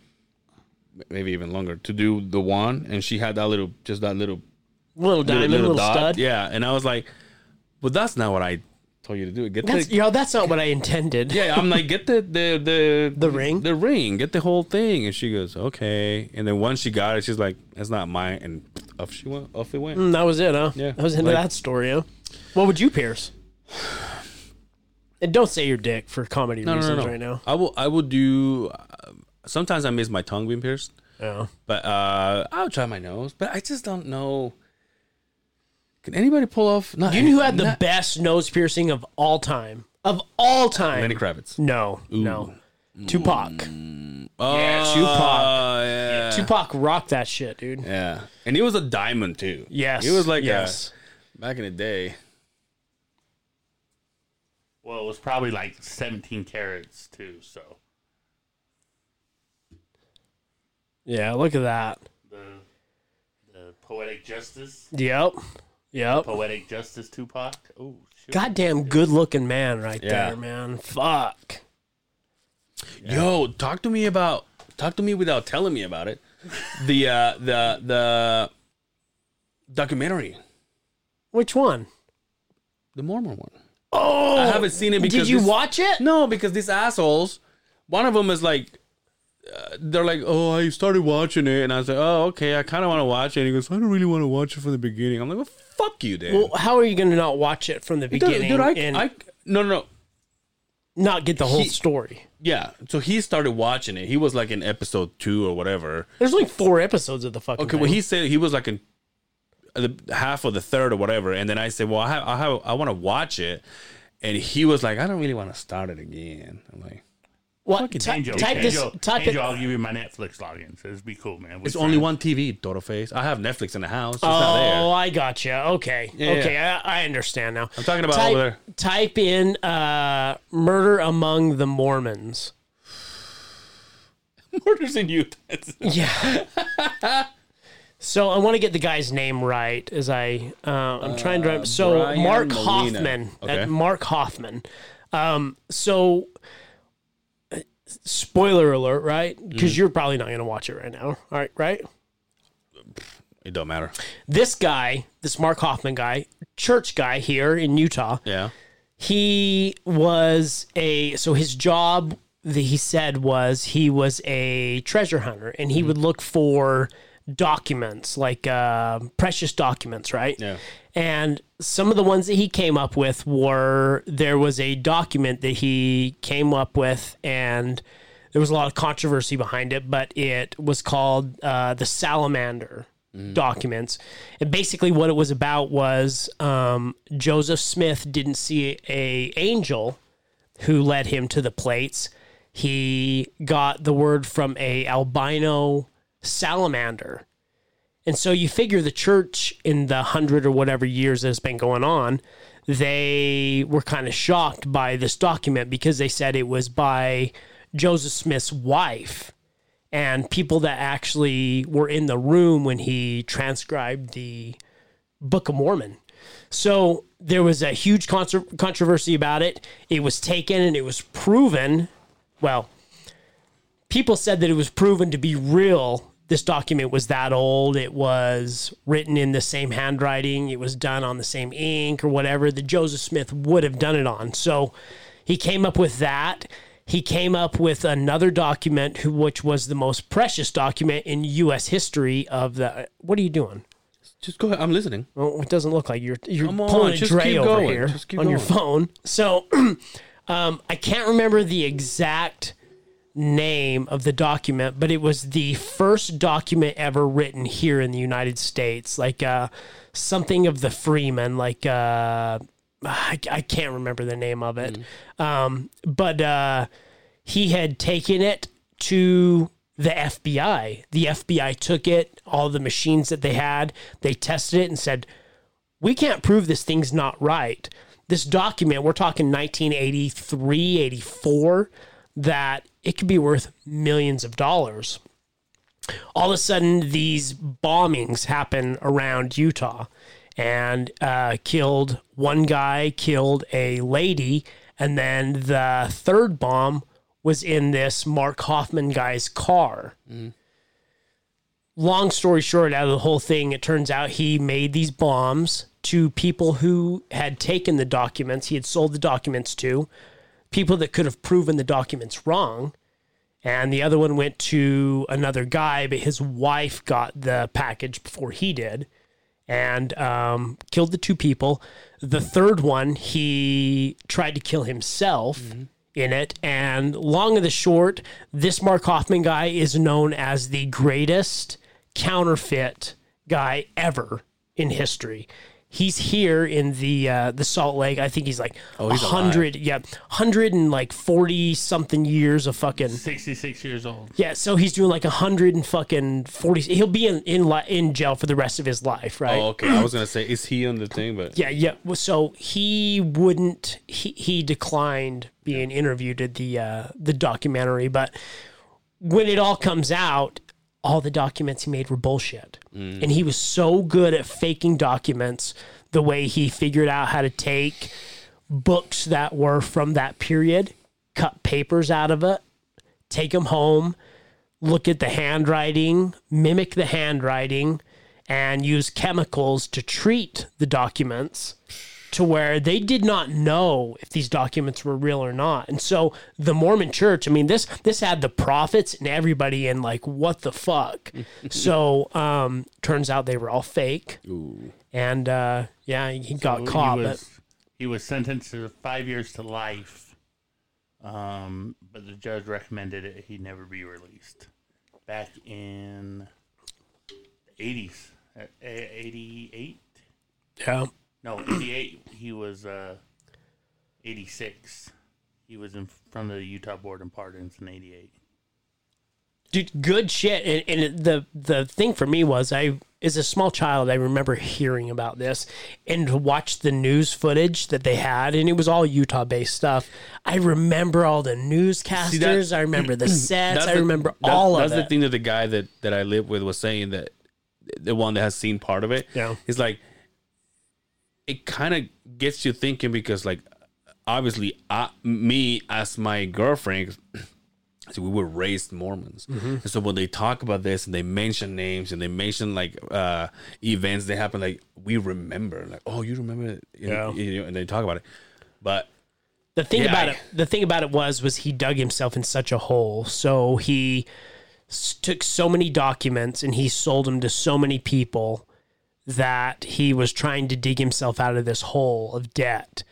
m- maybe even longer, to do the one, and she had that little, just that little Little diamond, little, dot. stud. Yeah, and I was like, but that's not what I told you to do. Get That's the, you know, that's not what I intended. yeah, I'm like, get the the the The ring? the ring, get the whole thing, and she goes, okay. And then once she got it, she's like, that's not mine, and off she went, off it went. Mm, that was it, huh? Yeah. That was into Like- that story, huh? What would you pierce? And don't say your dick for comedy No, no, reasons no, no. right now. I will, I will do. Uh, sometimes I miss my tongue being pierced, Yeah. but uh, I'll try my nose. But I just don't know. Can anybody pull off? Not You knew who had the not- best nose piercing of all time? Of all time. Lenny Kravitz. No, no. Tupac. Oh, Yeah, Tupac. Yeah. Tupac rocked that shit, dude. Yeah, and it was a diamond too. Yes. it was like yes. a, back in the day. Well, it was probably like 17 carats too. So Yeah, look at that. the the poetic justice, Yep. Yep. poetic justice Tupac. Oh, shoot. Goddamn good looking man right Yeah. there, man. Fuck. Yo, talk to me about talk to me without telling me about it. The uh, the the documentary, Which one? the Mormon one. Oh, I haven't seen it because did you this- watch it? No, because these assholes, one of them is like, uh, they're like, oh, I started watching it, and I was like, oh, okay, I kind of want to watch it. And he goes, I don't really want to watch it from the beginning. I'm like, well, fuck you, dude. Well, how are you going to not watch it from the Dude, beginning dude, I, and I, no, no, no. not get the whole he- story? Yeah, so he started watching it. He was like in episode two or whatever. There's like four episodes of the fucking. Okay, thing. well, he said he was like in the half of the third or whatever, and then I said, well, I have, I have, I want to watch it, and he was like, I don't really want to start it again. I'm like, what? Ty- Angel, type this. Angel, Type Angel, it. I'll give you my Netflix login. So it'd be cool, man. We it's only friends. one TV, Doro face. I have Netflix in the house. It's not there. Oh, I gotcha. Okay, Yeah, okay, I, I understand now. I'm talking about type, over there. Type in uh, "murder among the Mormons." Murders in Utah. Yeah. so I want to get the guy's name right as I uh, I'm trying to remember. So Brian Mark Molina. Hoffman. Okay. Uh, Mark Hoffman. Um, so uh, spoiler alert, right? Mm. Because you're probably not going to watch it right now. All right, right? It don't matter. This guy, this Mark Hoffman guy, church guy here in Utah. Yeah. he was a so his job that he said was he was a treasure hunter and he would look for documents like uh, precious documents right Yeah. and some of the ones that he came up with were there was a document that he came up with and there was a lot of controversy behind it but it was called uh, the salamander documents. And basically, what it was about was um, Joseph Smith didn't see a angel who led him to the plates. He got the word from a albino salamander. And so you figure the church in the hundred or whatever years that's been going on, they were kind of shocked by this document because they said it was by Joseph Smith's wife and people that actually were in the room when he transcribed the Book of Mormon. So there was a huge conser- controversy about it. It was taken and it was proven. Well, people said that it was proven to be real. This document was that old. It was written in the same handwriting. It was done on the same ink or whatever that Joseph Smith would have done it on. So he came up with that. He came up with another document, who, which was the most precious document in U.S. history of the. What are you doing? Just go ahead. I'm listening. Well, it doesn't look like you're you're Come on, pulling a just Dre keep over going, here just keep on your going. phone. So, um, I can't remember the exact name of the document, but it was the first document ever written here in the United States, like uh, something of the Freeman, like uh, I, I can't remember the name of it, Mm. um, but uh, he had taken it to the FBI. The FBI took it, all the machines that they had, they tested it and said, we can't prove this thing's not right. This document, we're talking 1983, 84, that it could be worth millions of dollars. All of a sudden, these bombings happen around Utah and uh, killed one guy, killed a lady, and then the third bomb was in this Mark Hoffman guy's car Mm-hmm. long story short, out of the whole thing, it turns out he made these bombs to people who had taken the documents, he had sold the documents to, people that could have proven the documents wrong. And the other one went to another guy, but his wife got the package before he did and um, killed the two people. The third one, he tried to kill himself Mm-hmm. in it. And long of the short, this Mark Hoffman guy is known as the greatest counterfeit guy ever in history. He's here in the uh, the Salt Lake. I think he's like a Oh, he's alive. hundred, yeah, hundred and like forty something years of fucking 66 years old. yeah, so he's doing like a hundred and fucking forty. He'll be in in li- in jail for the rest of his life, right? Oh, okay. I was gonna say, is he on the thing? But Yeah, yeah. Well, So he wouldn't. He he declined being interviewed at the uh, the documentary, but when it all comes out, all the documents he made were bullshit, Mm. and he was so good at faking documents. The way he figured out how to take books that were from that period, cut papers out of it, take them home, look at the handwriting, mimic the handwriting, and use chemicals to treat the documents to where they did not know if these documents were real or not. And so the Mormon church, I mean this this had the prophets and everybody in like what the fuck. so um turns out they were all fake. And uh yeah, he got He caught but was, he was sentenced to five years to life, um, but the judge recommended it. He never be released. Back in eighties, uh, eighty-eight? yeah. No, eighty-eight. he was uh, eighty-six. He was in front of the Utah Board of Pardons in eighty-eight. dude, good shit. And, and it- the the thing for me was I as a small child I remember hearing about this and to watch the news footage that they had, and it was all Utah based stuff. I remember all the newscasters. I remember the sets. That's I the- remember that's- all of That's it. the thing that the guy that that I live with was saying that the one that has seen part of it. Yeah. it's like it kind of gets you thinking because like obviously I, me as my girlfriend. So we were raised Mormons, Mm-hmm. and so when they talk about this and they mention names and they mention like uh, events that happened, like we remember, like oh, you remember, you know, Yeah. you know, and they talk about it. But The thing Yeah, about I- it, the thing about it was, was he dug himself in such a hole. So he s- took so many documents and he sold them to so many people that he was trying to dig himself out of this hole of debt.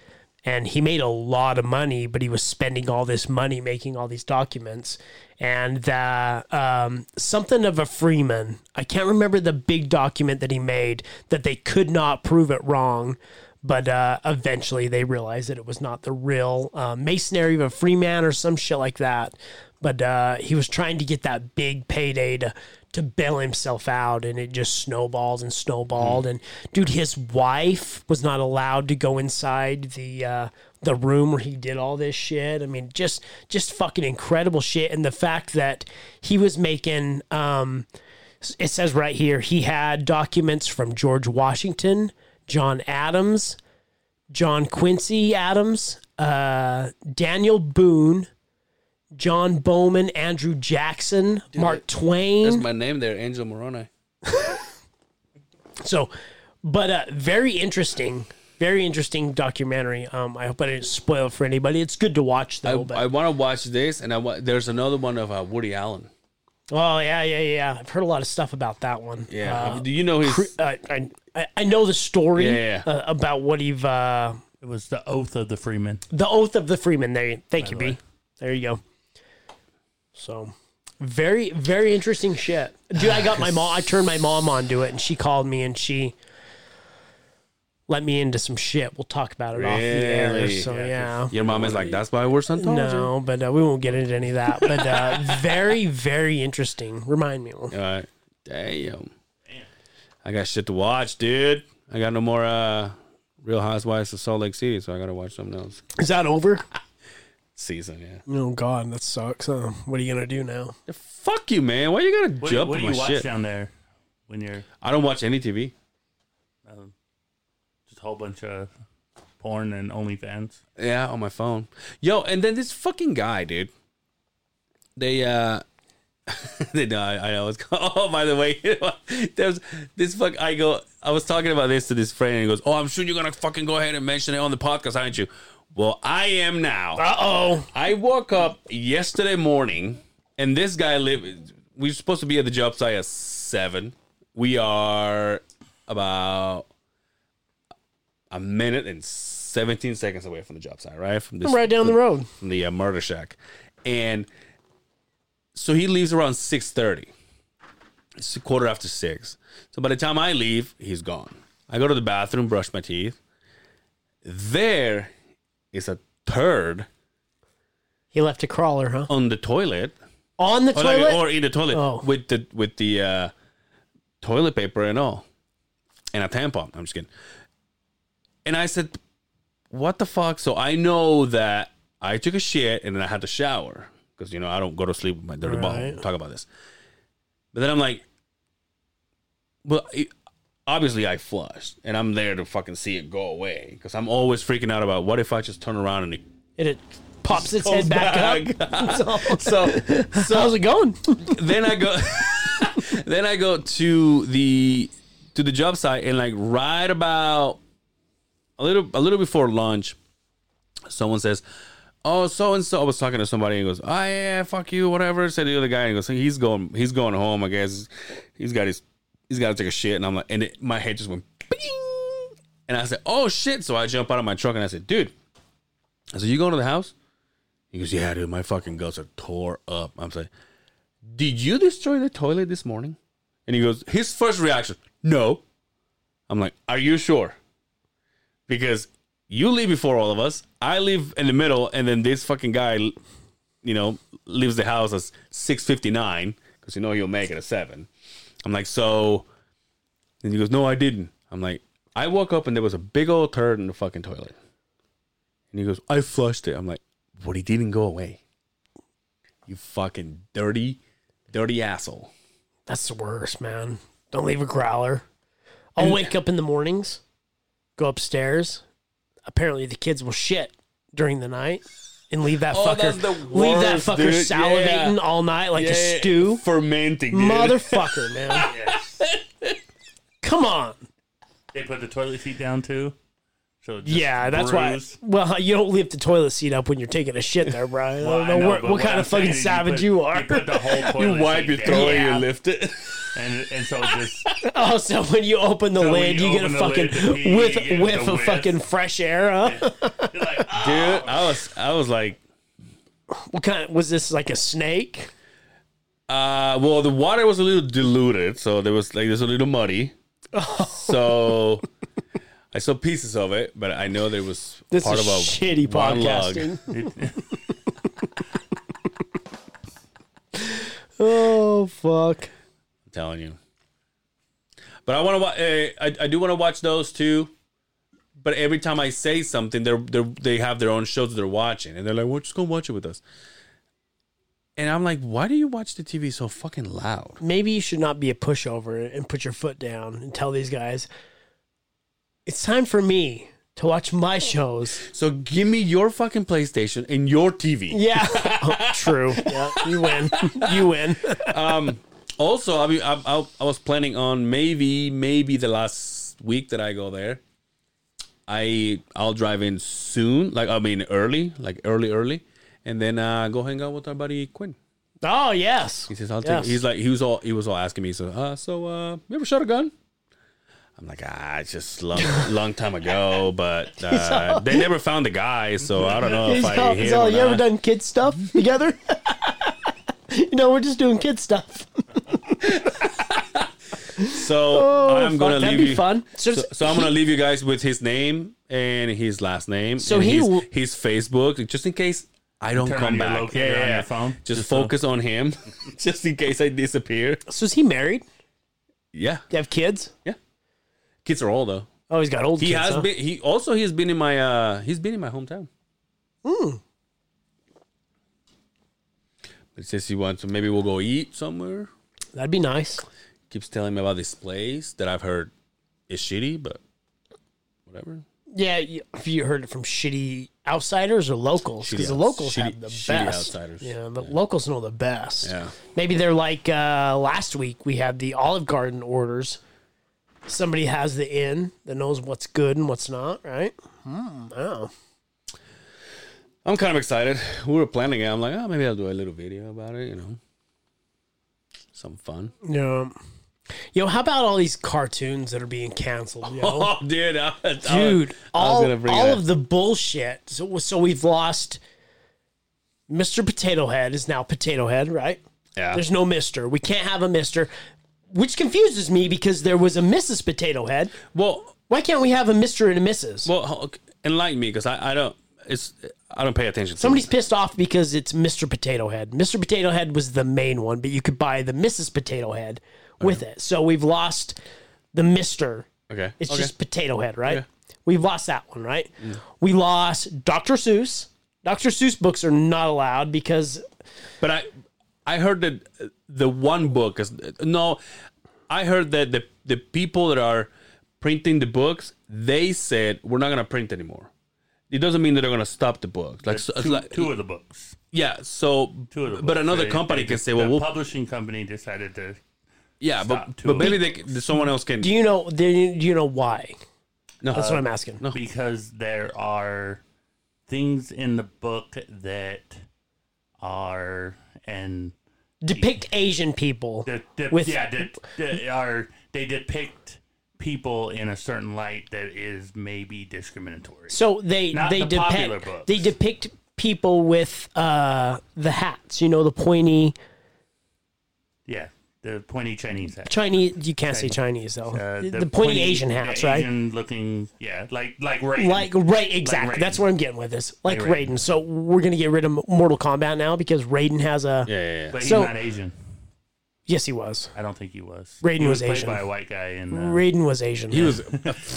And he made a lot of money, but he was spending all this money making all these documents. And uh, um, something of a Freeman, I can't remember the big document that he made that they could not prove it wrong. But uh, eventually they realized that it was not the real uh, masonry of a Freeman or some shit like that. But uh, he was trying to get that big payday to to bail himself out and it just snowballed and snowballed and dude his wife was not allowed to go inside the uh the room where he did all this shit i mean just just fucking incredible shit and the fact that he was making um it says right here he had documents from george washington John Adams, John Quincy Adams, uh, Daniel Boone, John Bowman, Andrew Jackson, Mark That's Twain. my name there, Angel Moroni. So, but uh, very interesting, very interesting documentary. Um, I hope I didn't spoil it for anybody. It's good to watch I, though. but I want to watch this, and I wa- there's another one of uh, Woody Allen. oh yeah, yeah, yeah. I've heard a lot of stuff about that one. Yeah, Uh, do you know his? cre- uh, I, I I know the story Yeah, yeah. Uh, about what you've uh, It was the oath of the freeman. the oath of the freeman. There, you- thank you, B. There you go. So, very very interesting shit, dude. I got my mom. I turned my mom on to it, and she called me, and she let me into some shit. We'll talk about it off the air. Really? So Yeah, yeah. Your mom is like, that's why we're Scientology. No, but uh, we won't get into any of that. But uh, very, very interesting. Remind me. All right, damn. I got shit to watch, dude. I got no more uh, Real Housewives of Salt Lake City, so I gotta watch something else. Is that over? Season, yeah. Oh God, that sucks. Huh? What are you gonna do now? Fuck you, man. Why you gotta What, jump what do on you my watch shit? down there when you're I don't watch any TV. um, just a whole bunch of porn and OnlyFans? Yeah, on my phone. Yo, and then this fucking guy, dude. They uh they know I, I always go oh by the way, you know, there's this fuck I go I was talking about this to this friend and he goes, Oh, I'm sure you're gonna fucking go ahead and mention it on the podcast, aren't you? Well, I am now. Uh oh. I woke up yesterday morning, and this guy live. We're supposed to be at the job site at seven. We are about a minute and seventeen seconds away from the job site, right? From this, Right down the road. from the uh, murder shack, and so he leaves around six thirty. It's a quarter after six. So by the time I leave, he's gone. I go to the bathroom, brush my teeth. There is a turd He left a crawler, huh? on the toilet, On the or, like- toilet. or in the toilet Oh. with the with the uh, toilet paper and all, and a tampon. I'm just kidding. And I said, "What the fuck?" So I know that I took a shit and then I had to shower because you know I don't go to sleep with my dirty ball. Right. Talk about this, but then I'm like, "Well." It, Obviously, I flushed, and I'm there to fucking see it go away because I'm always freaking out about what if I just turn around and it and it pops its head back, up. so, so so how's it going? then I go then I go to the to the job site and like right about a little a little before lunch, someone says, "Oh, so and so." I was talking to somebody and he goes, "Oh yeah, fuck you, whatever." Said the other guy and he goes, "He's going, he's going home. I guess he's got his, he's got to take a shit." And I'm like, and it, my head just went, bing, and I said, "Oh shit!" So I jump out of my truck and I said, "Dude," I said, "You going to the house?" He goes, "Yeah, dude, my fucking guts are tore up." I'm like, "Did you destroy the toilet this morning?" And he goes, his first reaction, "No." I'm like, "Are you sure?" because you leave before all of us. I leave in the middle, and then this fucking guy, you know, leaves the house at six fifty nine because you know he'll make it at seven. I'm like, so. Then he goes, no, I didn't. I'm like, I woke up and there was a big old turd in the fucking toilet. And he goes, I flushed it. I'm like, but he didn't go away. You fucking dirty, dirty asshole. That's the worst, man. Don't leave a growler. I'll wake up in the mornings, go upstairs. Apparently, the kids will shit during the night and leave that Oh, fucker. that's the leave that worst, fucker dude. salivating Yeah. all night like Yeah, a stew. fermenting, dude. Motherfucker, man. Come on. They put the toilet seat down too. So it just Yeah, that's brews. why. Well, you don't lift the toilet seat up when you're taking a shit there, Brian. Well, I don't know, what, but what kind I'm of fucking saying is savage put- you are. You put the whole You toilet wipe seat your down. throat, Yeah. you lift it. and and so it just Oh, so when you open the when lid, you you, get a open the fucking lid, the pee, whiff, you get whiff the of whiff. fucking fresh air. Huh? you're like ah. Dude, I was, I was like, What kind? was this like a snake? Uh, well, the water was a little diluted, so there was like there's a little muddy. So I saw pieces of it, but I know there was This part is of a shitty one lug. podcasting. oh fuck! I'm telling you. But I want to watch. I, I do want to watch those too. But every time I say something, they're, they're they have their own shows that they're watching, and they're like, "Well, just go watch it with us." And I'm like, "Why do you watch the TV so fucking loud?" Maybe you should not be a pushover and put your foot down and tell these guys, It's time for me to watch my shows. So give me your fucking PlayStation and your TV. Yeah. Oh, true. Yeah, you win. You win. Also, I mean, I, I, I was planning on maybe, maybe the last week that I go there, I I'll drive in soon. Like I mean, early, like early, early, and then uh, go hang out with our buddy Quinn. Oh, yes. He says, "I'll Yes. take." He's like, he was all he was all asking me. So, uh, so uh, you ever shot a gun? I'm like, ah, it's just long, long time ago, but uh, they never found the guy, so I don't know if He's I all, hit he's him all, or you ever not." done kid stuff together? you know, we're just doing kid stuff. So I'm gonna fuck, Oh, that'd leave be you. fun. So- So, so I'm gonna leave you guys with his name and his last name. So and he his, w- his Facebook, just in case I don't Turn come on your back. locator on your phone, Just, focus on him, just in case I disappear. So is he married? Yeah, You have kids? kids are old though. Oh, he's got old He kids. has huh? been. He also he's been in my. uh He's been in my hometown. Hmm. But says he wants. to Maybe we'll go eat somewhere. That'd be nice. Keeps telling me about this place that I've heard is shitty, but whatever. Yeah, you, if you heard it from shitty outsiders or locals, Shitty because the outs- locals shitty- have the shitty best. outsiders. Yeah, the locals know the best. Yeah. Maybe they're like uh, last week we had the Olive Garden orders. Somebody has the inn that knows what's good and what's not, right? Hmm. Oh. I'm kind of excited. We were planning it. I'm like, oh, maybe I'll do a little video about it, you know. Some fun. Yeah. Yo, how about all these cartoons that are being canceled? Yo? Oh, dude. I, I- Dude, all, gonna bring all it up. of the bullshit. So, so we've lost Mr. Potato Head is now Potato Head, right? yeah. There's no Mister. We can't have a Mister, which confuses me because there was a Mrs. Potato Head. Well, Why can't we have a Mister and a Mrs.? well, ho- okay, enlighten me because I, I don't. It's I don't pay attention. to Somebody's it. pissed off because it's Mr. Potato Head. Mr. Potato Head was the main one, but you could buy the Mrs. Potato Head with it. So we've lost the Mister. Okay. It's okay. just Potato Head, right? Yeah. Mm. We've lost that one, right? We lost Dr. Seuss. Dr. Seuss books are not allowed because But I, I heard that uh, the one book is no. I heard that the the people that are printing the books, they said we're not gonna print anymore. It doesn't mean that they're gonna stop the books. Like, so, Two, like two of the books. yeah. So, Two of the but books. another They- company they can just- say, well, the we'll publishing company decided to. Yeah, Stop but, to but it. maybe they, c- someone else can. do you know do you do you know why? no, That's what I'm asking. no. because there are things in the book that are and Depict Asian people. that, that With- yeah that, that are they depict people in a certain light that is maybe discriminatory. So they Not they the popular depict books. they depict people with uh, the hats, you know, the pointy Yeah, the pointy Chinese hat. Chinese. You can't say Chinese though. Uh, the, pointy, Asian hats, the right? Asian looking, yeah, like like Raiden. Like right, exactly. Raiden. That's where I'm getting with this. Like Like Raiden. Raiden. So we're gonna get rid of Mortal Kombat now because Raiden has a. Yeah, yeah, yeah. but he's so- not Asian. Yes, he was. I don't think he was. Raiden he was was, played Asian. by a white guy, and uh, Raiden was Asian. He was.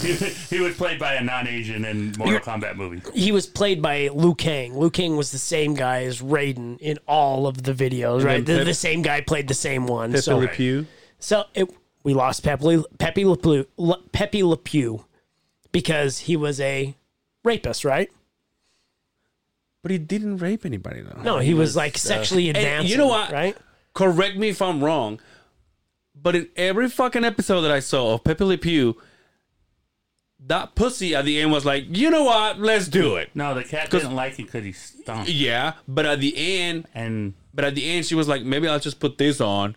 he, he was played by a non-Asian in Mortal Kombat movie. He was played by Liu Kang. Liu Kang was the same guy as Raiden in all of the videos, right? The, then Pep- the same guy played the same one. Pepe so, Le Pew. so it, we lost Pepe Pepe Le Pew, Le, Pepe Le Pew because he was a rapist, right? But he didn't rape anybody though. No, he, was, like sexually uh, you advanced. know what? Right? Correct me if I'm wrong, but in every fucking episode that I saw of Pepe Le Pew, that pussy at the end was like, you know what? Let's do it. No, the cat 'Cause- didn't like it because he stunk. Yeah, but at the end, And but at the end, she was like, maybe I'll just put this on,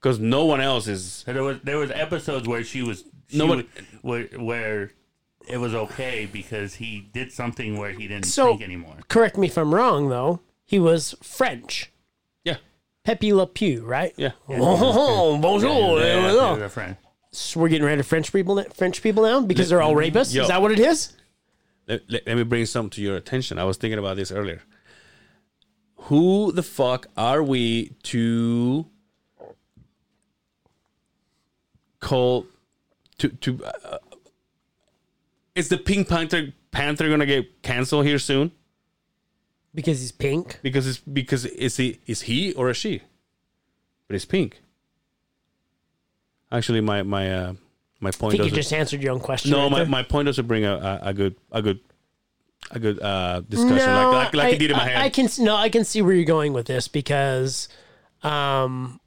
because no one else is. so there was there was episodes where she was she No, no, but- where, where it was okay because he did something where he didn't So- think anymore. Correct me if I'm wrong, though. He was French. Yeah, Pepe Le Pew, right? yeah. Oh, bonjour. Yeah, hello. he was a friend. So we're getting rid of French people. French people now because they're all rapists. Yo. Is that what it is? let, let, let me bring something to your attention. I was thinking about this earlier. Who the fuck are we to call to to? Uh, is the Pink Panther Panther gonna get canceled here soon? Because he's pink. Because it's because is he is he or is she? But it's pink. Actually, my my uh, My I point think you doesn't. just answered your own question. no, right my, there. my point doesn't bring a, a, a good a good a good uh, discussion like like, like I, it did in my I- head. I can s- no, I can see where you're going with this because, um,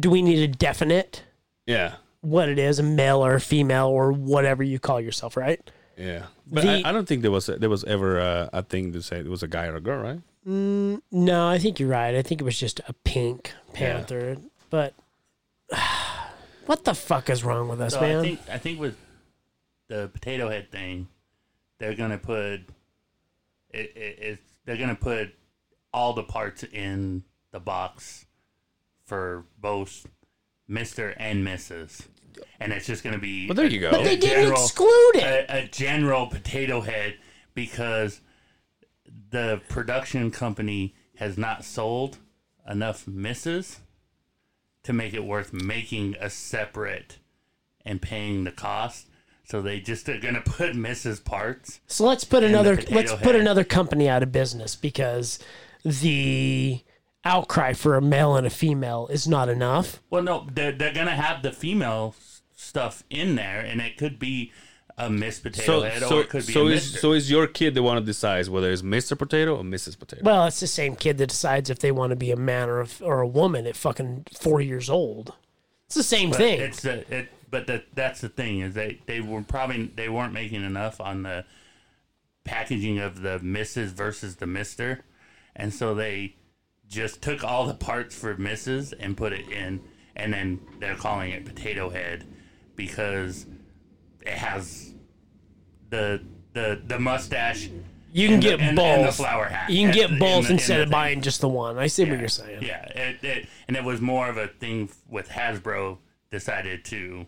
do we need a definite yeah, what it is, a male or a female or whatever you call yourself, right? yeah. But The- I, I don't think there was there was ever a, a thing to say it was a guy or a girl, right? No, I think you're right. I think it was just a pink panther, but what the fuck is wrong with us, So man? I think I think with the potato head thing, they're gonna put it, it, it's they're gonna put all the parts in the box for both Mister and Mrs. And it's just gonna be Well, there you go. but they a didn't general- exclude it. a, a general potato head because the production company has not sold enough misses to make it worth making a separate and paying the cost. So they just are gonna put misses parts. So let's put the another potato let's put head. another company out of business because the outcry for a male and a female is not enough. Well, no, they're, they're gonna have the female s- stuff in there, and it could be a Miss Potato So Head or so it could be so a is Mister. so is your kid the one who decides whether it's Mr. Potato or Mrs. Potato? Well, it's the same kid that decides if they want to be a man or a, or a woman at fucking four years old. It's the same But thing. It's the it, but that that's the thing is they they were probably they weren't making enough on the packaging of the Mrs. versus the Mister, and so they just took all the parts for Mrs. and put it in, and then they're calling it Potato Head because it has the the the mustache. you can and the- get and- both. and the flower hat. You can And- get and both the- and instead the of thing. buying just the one. I see what you're saying. Yeah, it, it, and it was more of a thing with Hasbro decided to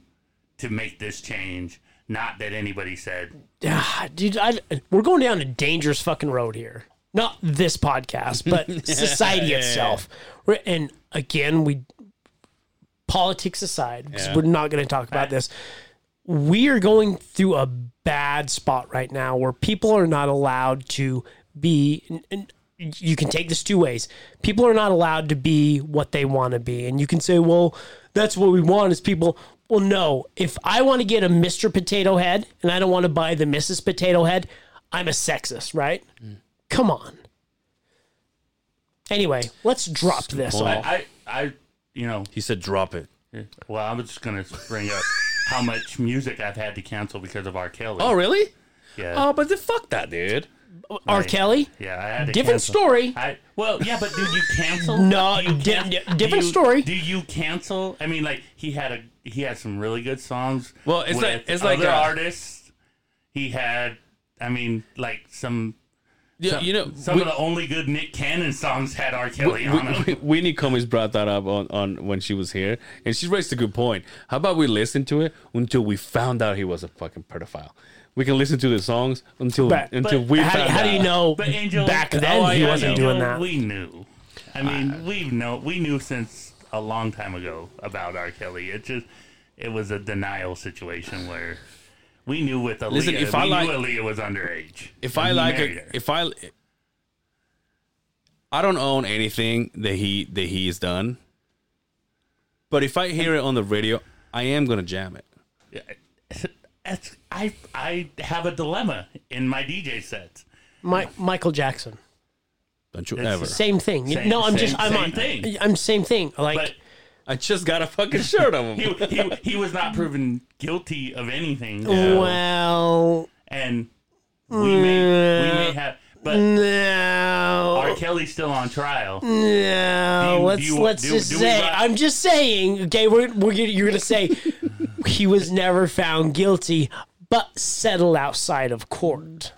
to make this change. Not that anybody said Ah, dude, I, we're going down a dangerous fucking road here. Not this podcast, but society itself. We're, and again, we politics aside, because Yeah. we're not going to talk about this. We are going through a bad spot right now where people are not allowed to be. And, and you can take this two ways. People are not allowed to be what they want to be, and you can say, "Well, that's what we want." Is people? Well, no. If I want to get a Mister Potato Head and I don't want to buy the Mrs. Potato Head, I'm a sexist, right? Mm. Come on. Anyway, let's drop this. point. off. I, I I you know he said, "Drop it." well I was just gonna bring up how much music I've had to cancel because of R Kelly. Oh, really? yeah, Oh, but the fuck that, dude. R. Kelly. yeah. I had to Different cancel. story. I, well, yeah, but did you cancel? No, Do you di- can- di- do different you- story. Do you cancel? I mean, like he had a he had some really good songs. Well, it's like- it's like, other uh, artists. He had, I mean, like some Yeah, you know, some we- of the only good Nick Cannon songs had R. Kelly Wh- on them. Wh- Wh- Whitney Cummings brought that up on, on when she was here, and she raised a good point. How about we listen to it until we found out he was a fucking pedophile? We can listen to the songs until But- until but we How, found how out. do you know But Angel, back but then oh, he yeah, wasn't Angel, doing that? We knew. I mean, we know we knew since a long time ago about R. Kelly. It just it was a denial situation where we knew with Aaliyah. Listen, if I we like- knew Aaliyah was underage. If and I he like, married her. a, if I, I don't own anything that he that he's done, but if I hear it on the radio, I am gonna jam it. That's- I I have a dilemma in my DJ sets. Mi- Michael Jackson. Don't you It's ever? Same thing. Same- no, I'm same- just I'm same on thing. I'm same thing. Like But I just got a fucking shirt on. he, he, he was not proven guilty of anything. so- well, and we may we may have, but R. no. Kelly's still on trial. No, do you- let's do you- let's do- just do we say got- I'm just saying. Okay, we're, we're gonna, you're gonna say he was never found guilty, but settled outside of court.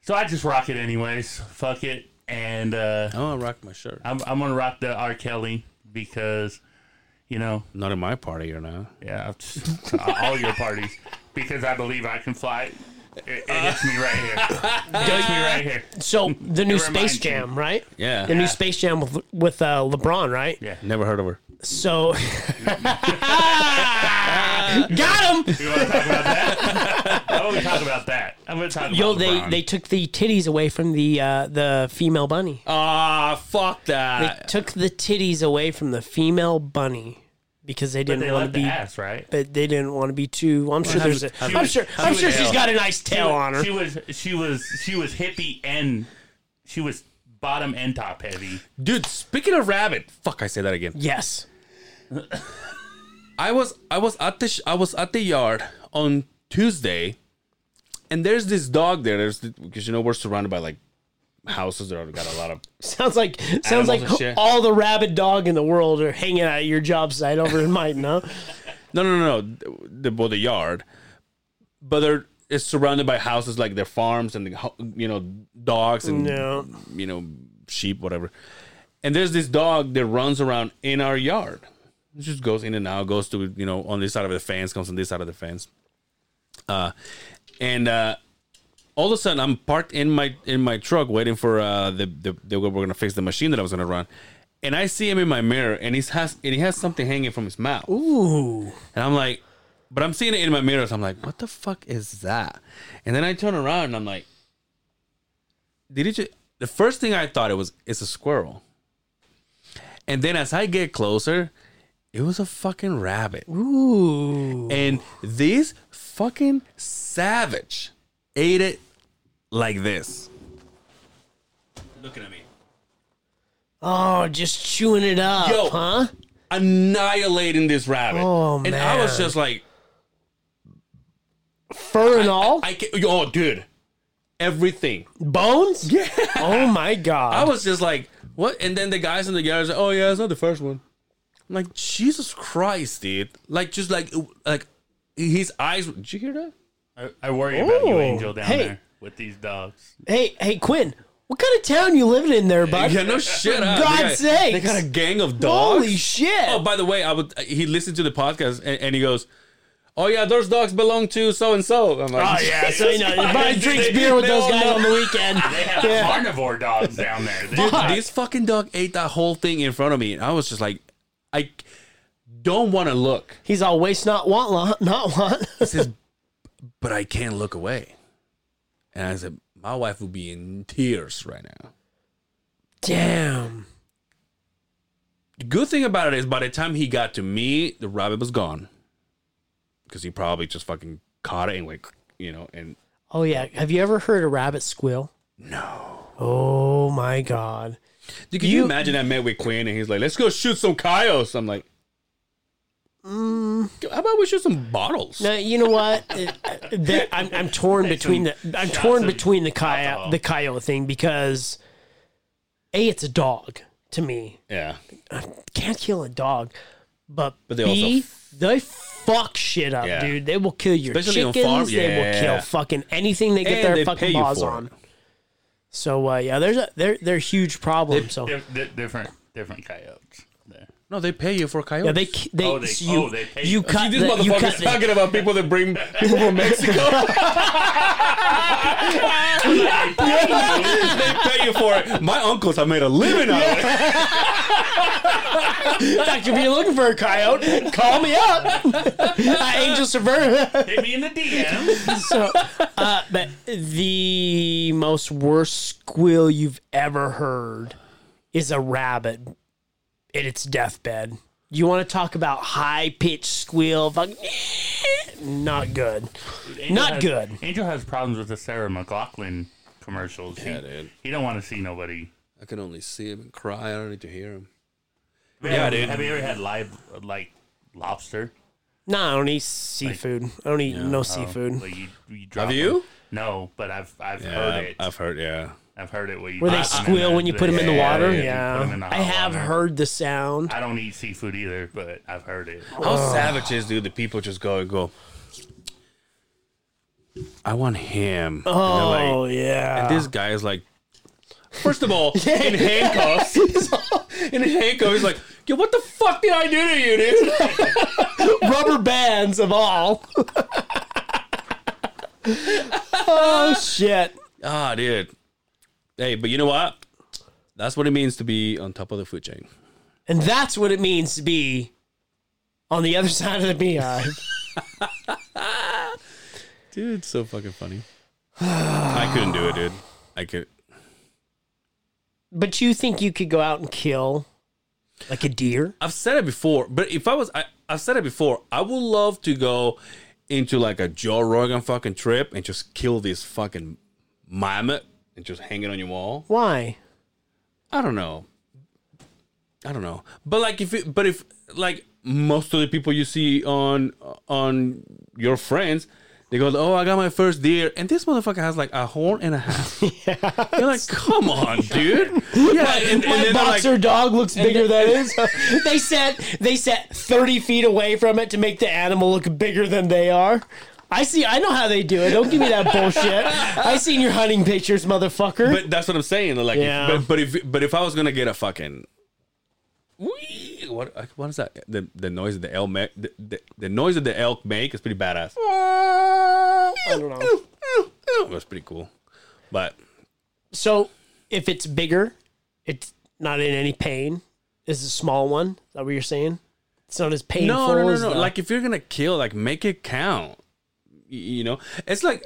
So I just rock it anyways. Fuck it. And uh, Oh, I rocked my shirt. I'm, I'm going to rock the R. Kelly because, you know, Not in my party, or not. yeah, I've just- all your parties. Because I believe I can fly. It, it hits me right here. It hits me right here. So the new Space reminds me. Jam, right? Yeah. The new Space Jam with with uh, LeBron, right? Yeah. Never heard of her. So got him. You want to talk about that? I want to talk about that. I'm going to talk Yo, about they, LeBron. they took the titties away from the uh, the female bunny. Ah, fuck They that. took the titties away from the female bunny because they but didn't they want left to the be. ass, right? But they didn't want to be too. I'm sure there's. A, she I'm was- sure. she I'm was sure she's ill. got a nice tail on her. She was she was she was hippie and she was bottom and top heavy. Dude, speaking of rabbit, fuck, I say that again. Yes. I was I was at the sh- I was at the yard on Tuesday, and there's this dog there. There's the- because you know we're surrounded by like houses that are got a lot of Sounds like sounds Animals like and shit. all the rabid dog in the world are hanging out at your job site over in Mighton, huh? no no no no the well, the yard, but they're it's surrounded by houses like their farms and the, ho- you know dogs and Yeah. you know sheep whatever, and there's this dog that runs around in our yard. It just goes in and out, goes to you know on this side of the fence, comes on this side of the fence. Uh, and uh, all of a sudden, I'm parked in my in my truck waiting for uh, the, the the we're gonna fix the machine that I was gonna run, and I see him in my mirror, and he's has and he has something hanging from his mouth. Ooh! And I'm like, but I'm seeing it in my mirror, so I'm like, what the fuck is that? And then I turn around and I'm like, did it? Just, the first thing I thought it was it's a squirrel, and then as I get closer, it was a fucking rabbit. Ooh. And this fucking savage ate it like this. Looking at me. Oh, just chewing it up, Yo. huh? Annihilating this rabbit. Oh, and I was man. just like, Fur and all, I can't, oh, dude. Everything. bones. Yeah. Oh my god. I was just like, what? And then the guys in the yard said, oh, yeah, it's not the first one. I'm like, Jesus Christ, dude. Like, just like, like, his eyes. Did you hear that? Oh, I, I worry about you, Ooh, Angel, down hey. there with these dogs. hey, hey, Quinn. What kind of town you living in there, bud? Yeah, no shit. huh? God's They got- They sakes. got a gang of dogs. Holy shit. Oh, by the way, I would. He listened to the podcast and, and he goes, "Oh yeah, those dogs belong to so and so." I'm Ah, like, Oh yeah, so you know, everybody drinks beer with they those all guys know. on the weekend. They have carnivore dogs down there. They- Fuck. This fucking dog ate that whole thing in front of me, and I was just like, I don't want to look, He's all waste not want lot, not want. but I can't look away. And I said, my wife would be in tears right now. Damn. The good thing about it is, by the time he got to me, the rabbit was gone, because he probably just fucking caught it and like, you know, and Oh yeah. Have you ever heard a rabbit squeal? No. Oh my god. Dude, can you, You- imagine I met with Quinn and he's like, let's go shoot some coyotes? I'm like, how about we shoot some bottles? Mm. No, you know what? Uh, uh, there- I'm, I'm torn between the I'm shots torn of between the coyote alcohol. the coyote thing because a it's a dog to me. Yeah. Can't kill a dog, but, But they B, also they fuck shit up, Yeah. dude. They will kill your Especially on chickens. farm- They will yeah. kill fucking anything they get And they their pay fucking you paws for on. it. So uh, yeah, there's a they're they're a huge problem. so They're- they're different, different coyotes. There. No, they pay you for coyotes. yeah, they they, Oh, they- so you, oh, they pay you you. cut See, this the, you cut motherfucker's the- talking about people that bring people from Mexico. they pay you for it. My uncles have made a living out of it. Doctor, if you're looking for a coyote, call me up. Uh, Angel Severn. Hit me in the DM. so, uh, but the most worst squeal you've ever heard is a rabbit at its deathbed. You want to talk about high pitched squeal? Fuck, not good. Angel Not has- good. Angel has problems with the Sarah McLaughlin commercials. Yeah, he, dude. he don't want to see nobody. I can only see him and cry. I don't need to hear him. have, dude. Have you ever had live uh, like lobster? No, I don't eat seafood. I don't eat no seafood. Like you, you drop Have 'em. you? No, but I've I've Yeah, heard it. I've, I've heard. Yeah. heard it where you Where they drop 'em in squeal the- when you put them in the water. yeah, Yeah, you put 'em in the I hot have water. heard the sound. I don't eat seafood either, but I've heard it. How savage is dude? The people just go and go. I want him. And they're like- Oh yeah. and this guy is like, first of all, in handcuffs. in handcuffs, he's like, yo, what the fuck did I do to you, dude? rubber bands of all. oh shit. ah, dude. Hey, but you know what? That's what it means to be on top of the food chain. And that's what it means to be on the other side of the beehive. Dude, it's so fucking funny. I couldn't do it, dude. I could. But you think you could go out and kill like a deer? I've said it before, but if I was, I, I've said it before. I would love to go into like a Joe Rogan fucking trip and just kill this fucking mammoth and just hang it on your wall. Why? I don't know. I don't know. But like if it, but if like most of the people you see on on your friends, they go, "Oh, I got my first deer," and this motherfucker has like a horn and a half. You're like, "Come on, dude!" Yeah, and, and My then they're like, boxer dog looks bigger than his. they set they set thirty feet away from it to make the animal look bigger than they are. I see. I know how they do it. Don't give me that bullshit. I seen your hunting pictures, motherfucker. but that's what I'm saying. Like, Yeah. if, but, but if but if I was gonna get a fucking Wee- what what is that? The the noise that the elk make the, the, the noise that the elk make is pretty badass. I don't know. That's pretty cool. But So if it's bigger, it's not in any pain. Is a small one? Is that what you're saying? It's not as painful. no, no, no, as no. the- Like if you're gonna kill, like make it count. Y- You know, it's like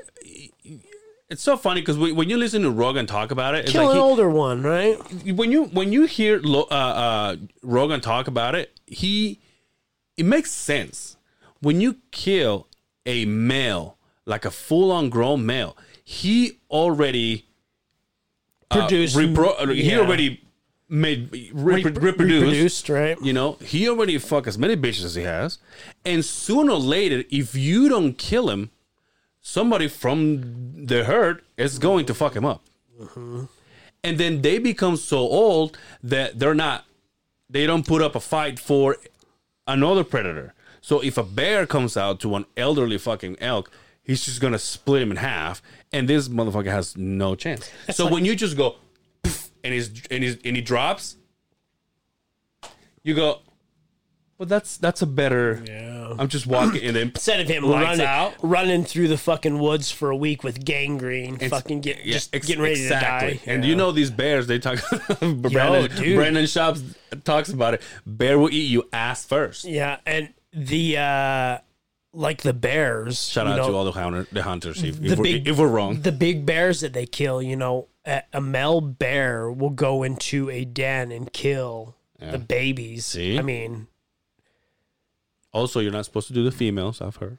it's so funny because when you listen to Rogan talk about it, it's kill like an he- older one, right? when you when you hear Lo, uh, uh, Rogan talk about it, he it makes sense. When you kill a male, like a full on grown male, he already uh, Produced, repro- uh, he yeah. already made Re- repro- reproduced. reproduced, right? You know, he already fucked as many bitches as he has, and sooner or later, if you don't kill him, somebody from the herd is going to fuck him up and then they become so old that they're not they don't put up a fight for another predator so if a bear comes out to an elderly fucking elk he's just gonna split him in half and this motherfucker has no chance so when you just go poof, and he's and he's and he drops you go well that's that's a better Yeah. i'm just walking and then Instead of him Lights running, out. running through the fucking woods for a week with gangrene, fucking get, Yeah, just ex- getting ready exactly. to die. And Yeah. you know these bears, they talk. Brandon, dude. Brandon Shops talks about it. Bear will eat you ass first. yeah, and the uh like the bears. Shout you out know, to all the hunter, the hunters. If, the if, we're, big- if we're wrong, the big bears that they kill. You know, a, a male bear will go into a den and kill the babies. See? I mean, also you're not supposed to do the females. I've heard.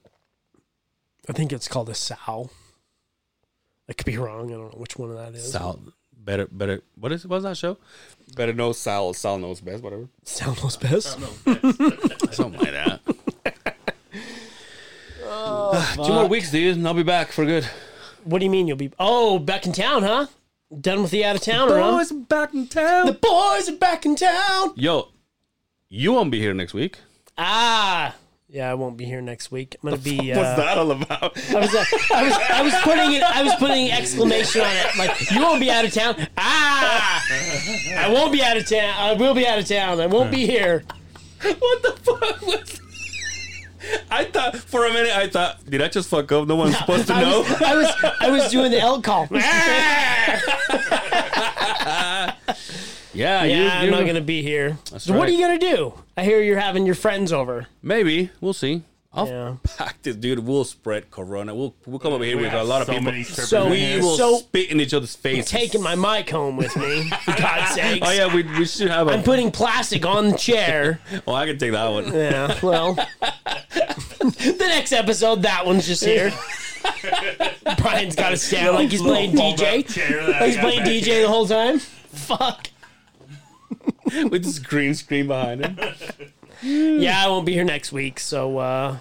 I think it's called a sow. I could be wrong. I don't know which one of that is. Sal, better, better. What is what's that show? Better know Sal. Sal knows best. Whatever. Sound knows best. Something like that. Two more weeks, dude, and I'll be back for good. What do you mean you'll be? Oh, back in town, huh? Done with the out of towner, huh? Boys back in town. The boys are back in town. Yo, you won't be here next week. Ah, yeah, I won't be here next week. I'm gonna be. Uh, that all about? I was, uh, I was, I was putting it. I was putting exclamation on it. Like you won't be out of town. Ah, I won't be out of town. I will be out of town. I won't be here. What the fuck was? I thought for a minute. I thought, did I just fuck up? No one's supposed to I know. was, I was, I was doing the elk call. Ah! yeah, you- Yeah, I'm you- not gonna be here. So what right. are you gonna do? I hear you're having your friends over. Maybe we'll see. I'll Yeah. pack this, dude. We'll spread corona. We'll we'll come over here We with a got lot of so people. many strippers So- in we here. will So- spit in each other's faces. Taking my mic home with me, for God's sakes. Oh yeah, we, we should have I'm a. putting plastic on the chair. Oh, I can take that one. Yeah, well, the next episode, that one's just here. Brian's got us down like he's playing Little fold-up DJ. chair that I Like he's got playing back here. DJ the whole time. Fuck. with this green screen behind it. Yeah, I won't be here next week, so uh,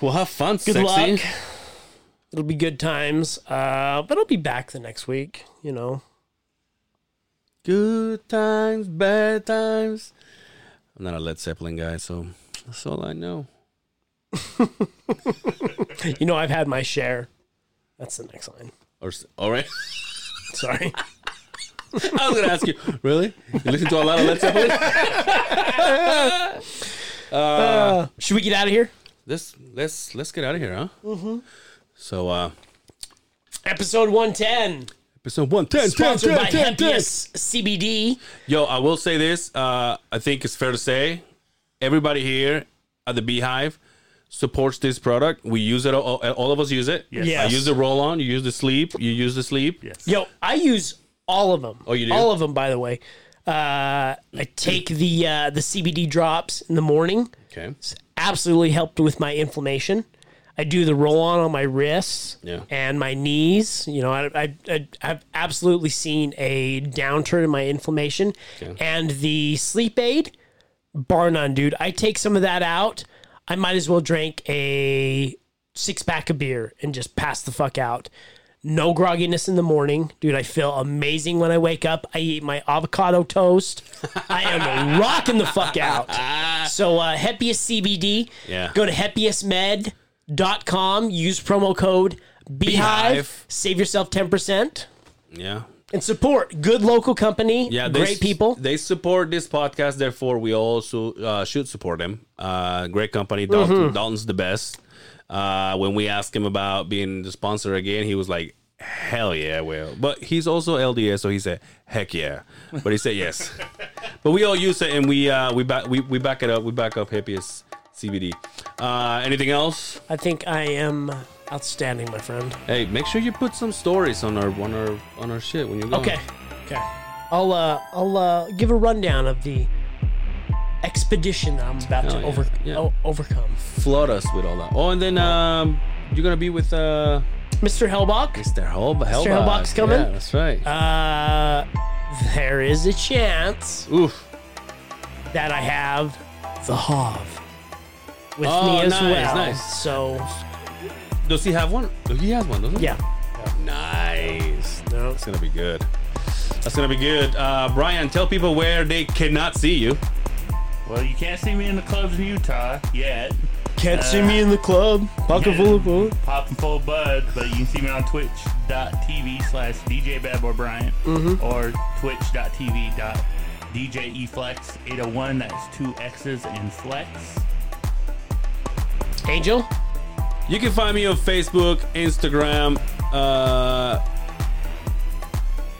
We'll have fun. good sexy. luck. It'll be good times, uh, but I'll be back the next week. You know, Good times, bad times. I'm not a Led Zeppelin guy, so that's all I know. you know, I've had my share. That's the next line. Or s- all right. Sorry. I was gonna ask you, really? You listen to a lot of Led Zeppelin? Uh, should we get out of here? Let's let's let's get out of here, huh? Mm-hmm. So, uh, Episode one ten, episode one ten, ten, sponsored by ten, ten, ten. Happiest CBD. Yo, I will say this. Uh, I think it's fair to say everybody here at the Beehive supports this product. We use it. All, all of us use it. Yes. Yes. I use the roll on. You use the sleep. You use the sleep. Yes. Yo, I use all of them. Oh, you do? All of them, by the way. Uh, I take the uh, the CBD drops in the morning. Okay. It's absolutely helped with my inflammation. I do the roll on on my wrists Yeah. and my knees. You know, I, I, I, I've absolutely seen a downturn in my inflammation. And the sleep aid, bar none, dude. I take some of that out. I might as well drink a six pack of beer and just pass the fuck out. No grogginess in the morning. Dude, I feel amazing when I wake up. I eat my avocado toast. I am rocking the fuck out. So, uh, Hepius CBD. Yeah. Go to hepiusmed.com. Use promo code Beehive. Beehive. Save yourself 10% Yeah. and support good local company. Yeah. they Great s- people. They support this podcast. Therefore, we also uh, should support them. Uh, great company. Dalton, Mm-hmm. Dalton's the best. Uh, when we asked him about being the sponsor again, he was like, "Hell yeah, well." But he's also LDS, so he said, "Heck yeah," but he said yes. but we all use it, and we uh, we back we, we back it up. We back up hippies CBD. Uh, anything else? I think I am outstanding, my friend. Hey, make sure you put some stories on our on our on our shit when you're going. Okay. Okay. I'll uh I'll uh give a rundown of the expedition that I'm about Hell to Oh, yeah, over yeah. o- overcome. flood us with all that. Oh, and then um, you're gonna be with uh, Mr. Hellbach, Mr. Hel- Hellbox. Hellbox coming? Yeah, that's right. uh there is a chance Oof. that I have the Hov with Oh, me as nice, well. nice. So Does he have one? Oh, He has one, doesn't he? yeah. Nice. No, it's gonna be good. That's gonna be good. Uh, Brian, tell people where they cannot see you. Well, you can't see me in the clubs in Utah yet. Can't see me in the club. Pocket full of bullet. Popping full of bud, but you can see me on twitch.tv slash DJ Bad Boy Brian or twitch.tv dot E DJ Eflex 801. That's two X's and flex. Angel? You can find me on Facebook, Instagram, uh,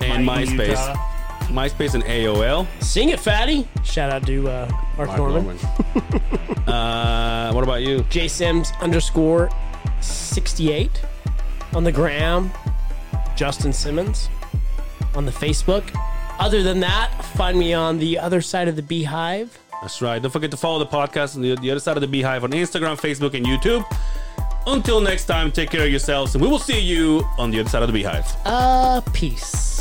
and Mike in MySpace. Utah. MySpace and AOL. Sing it, fatty. Shout out to uh Mark, Norman. Norman. uh, what about you? J Sims underscore 68 on the gram, Justin Simmons on the Facebook. Other than that, find me on the other side of the beehive. That's right. Don't forget to follow the podcast on the, the other side of the beehive on Instagram, Facebook, and YouTube. Until next time, take care of yourselves, and we will see you on the other side of the beehive. Uh, peace.